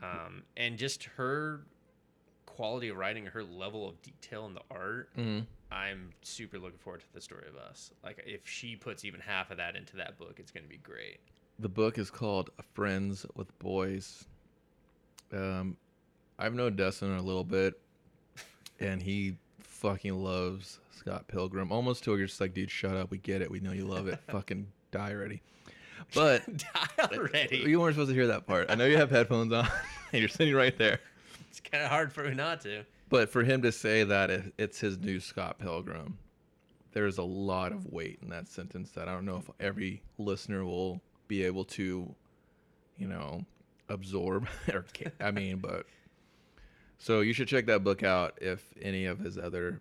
S3: Um, and just her quality of writing, her level of detail in the art,
S2: Mm.
S3: I'm super looking forward to the story of us. Like if she puts even half of that into that book, it's gonna be great.
S2: The book is called Friends with Boys. Um I've known Dustin a little bit and he fucking loves Scott Pilgrim. Almost till you're just like, dude, shut up. We get it. We know you love it. fucking die already. But
S3: Die already.
S2: you weren't supposed to hear that part. I know you have headphones on and you're sitting right there.
S3: It's kind of hard for me not to.
S2: But for him to say that it, it's his new Scott Pilgrim, there's a lot of weight in that sentence that I don't know if every listener will be able to, you know, absorb. Or ca- I mean, but so you should check that book out if any of his other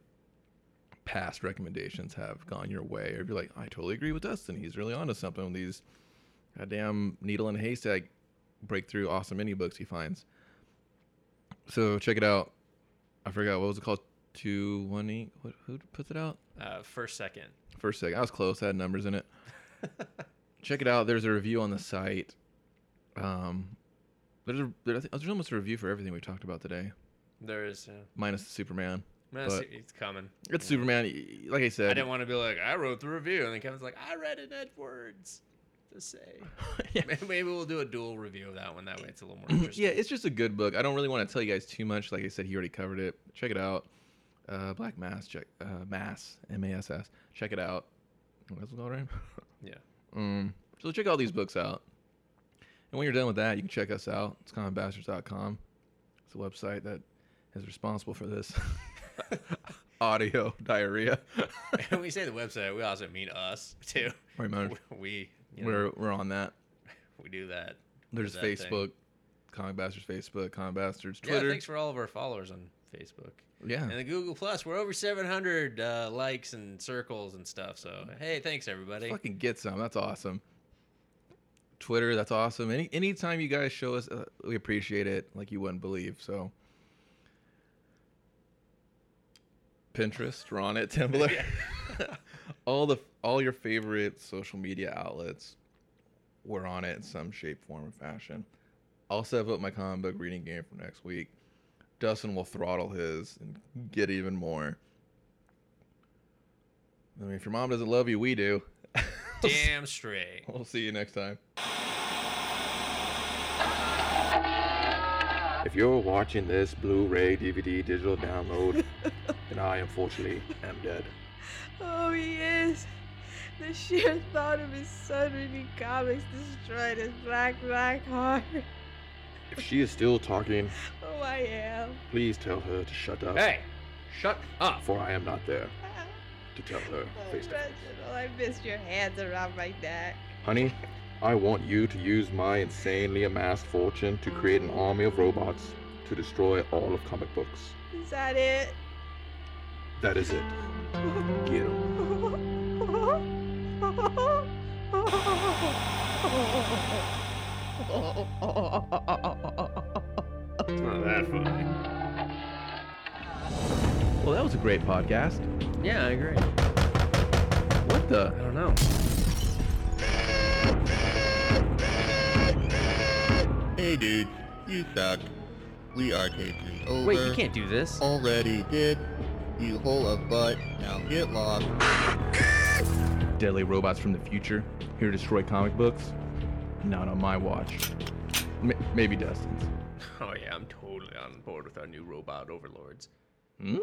S2: past recommendations have gone your way, or if you're like, I totally agree with Dustin. He's really onto something with these Goddamn needle in a haystack breakthrough awesome mini books he finds. So check it out. I forgot what was it called? Two one eight. What who puts it out?
S3: Uh, first, second.
S2: First second. I was close. I had numbers in it. check it out. There's a review on the site. Um, there's a, there, I think, there's almost a review for everything we talked about today,
S3: There is. Uh,
S2: minus the Superman.
S3: man, it's-
S2: But-
S3: it's coming.
S2: It's Superman. y- y- Like I
S3: I
S2: said,
S3: didn't want to be like I wrote the review, and then Kevin's like I read it Edwards. Just say.
S2: Yeah.
S3: May- Maybe we'll do a dual review of that one. That way, it's a little more interesting.
S2: yeah, it's just a good book. I don't really want to tell you guys too much. Like I said, he already covered it. Check it out. Uh, Black Mass. Check uh, Mass. M A S S. Check it out. That's what right.
S3: Yeah.
S2: Um, so check all these books out. And when you're done with that, you can check us out. It's commonbastards.com. It's a website that is responsible for this audio diarrhea.
S3: when we say the website, we also mean us too.
S2: Reminder,
S3: We you know,
S2: we're we're on that.
S3: we do that.
S2: There's
S3: that thing.
S2: Facebook, Comic Bastards Facebook, Comic Bastards
S3: Yeah,
S2: Twitter.
S3: thanks for all of our followers on Facebook
S2: yeah.
S3: and the Google Plus. We're over 700 uh, likes and circles and stuff. So hey, thanks everybody.
S2: fucking get some. That's awesome. Twitter, that's awesome. Any anytime you guys show us, uh, we appreciate it like you wouldn't believe. So, Pinterest, we're on it. Tumblr, all the all your favorite social media outlets, we're on it in some shape, form, or fashion. I'll set up my comic book reading game for next week. Dustin will throttle his and get even more. I mean, if your mom doesn't love you, we do.
S3: Damn straight.
S2: We'll see you next time. If you're watching this Blu ray, DVD, digital download, then I unfortunately am dead.
S4: Oh, he is. The sheer thought of his son reading comics destroyed his black, black heart.
S2: If she is still talking,
S4: Oh, I am.
S2: please tell her to shut up,
S3: Hey, shut up.
S2: for I am not there
S4: Ah,
S2: to tell her
S4: Oh,
S2: face to face.
S4: Reginald, I missed your hands around my neck.
S2: Honey, I want you to use my insanely amassed fortune to create an army of robots to destroy all of comic books.
S4: Is that it?
S2: That is it. Get 'em.
S3: It's not that funny.
S2: Well, that was a great podcast.
S3: Yeah, I agree.
S2: What the?
S3: I don't know.
S5: Hey dude, you suck. We are taking over.
S3: Wait, you can't do this.
S5: Already did. You hole of butt. Now get lost.
S2: Deadly robots from the future here to destroy comic books? Not on my watch. M- maybe Dustin's.
S3: Oh yeah, I'm totally on board with our new robot overlords.
S2: Hmm?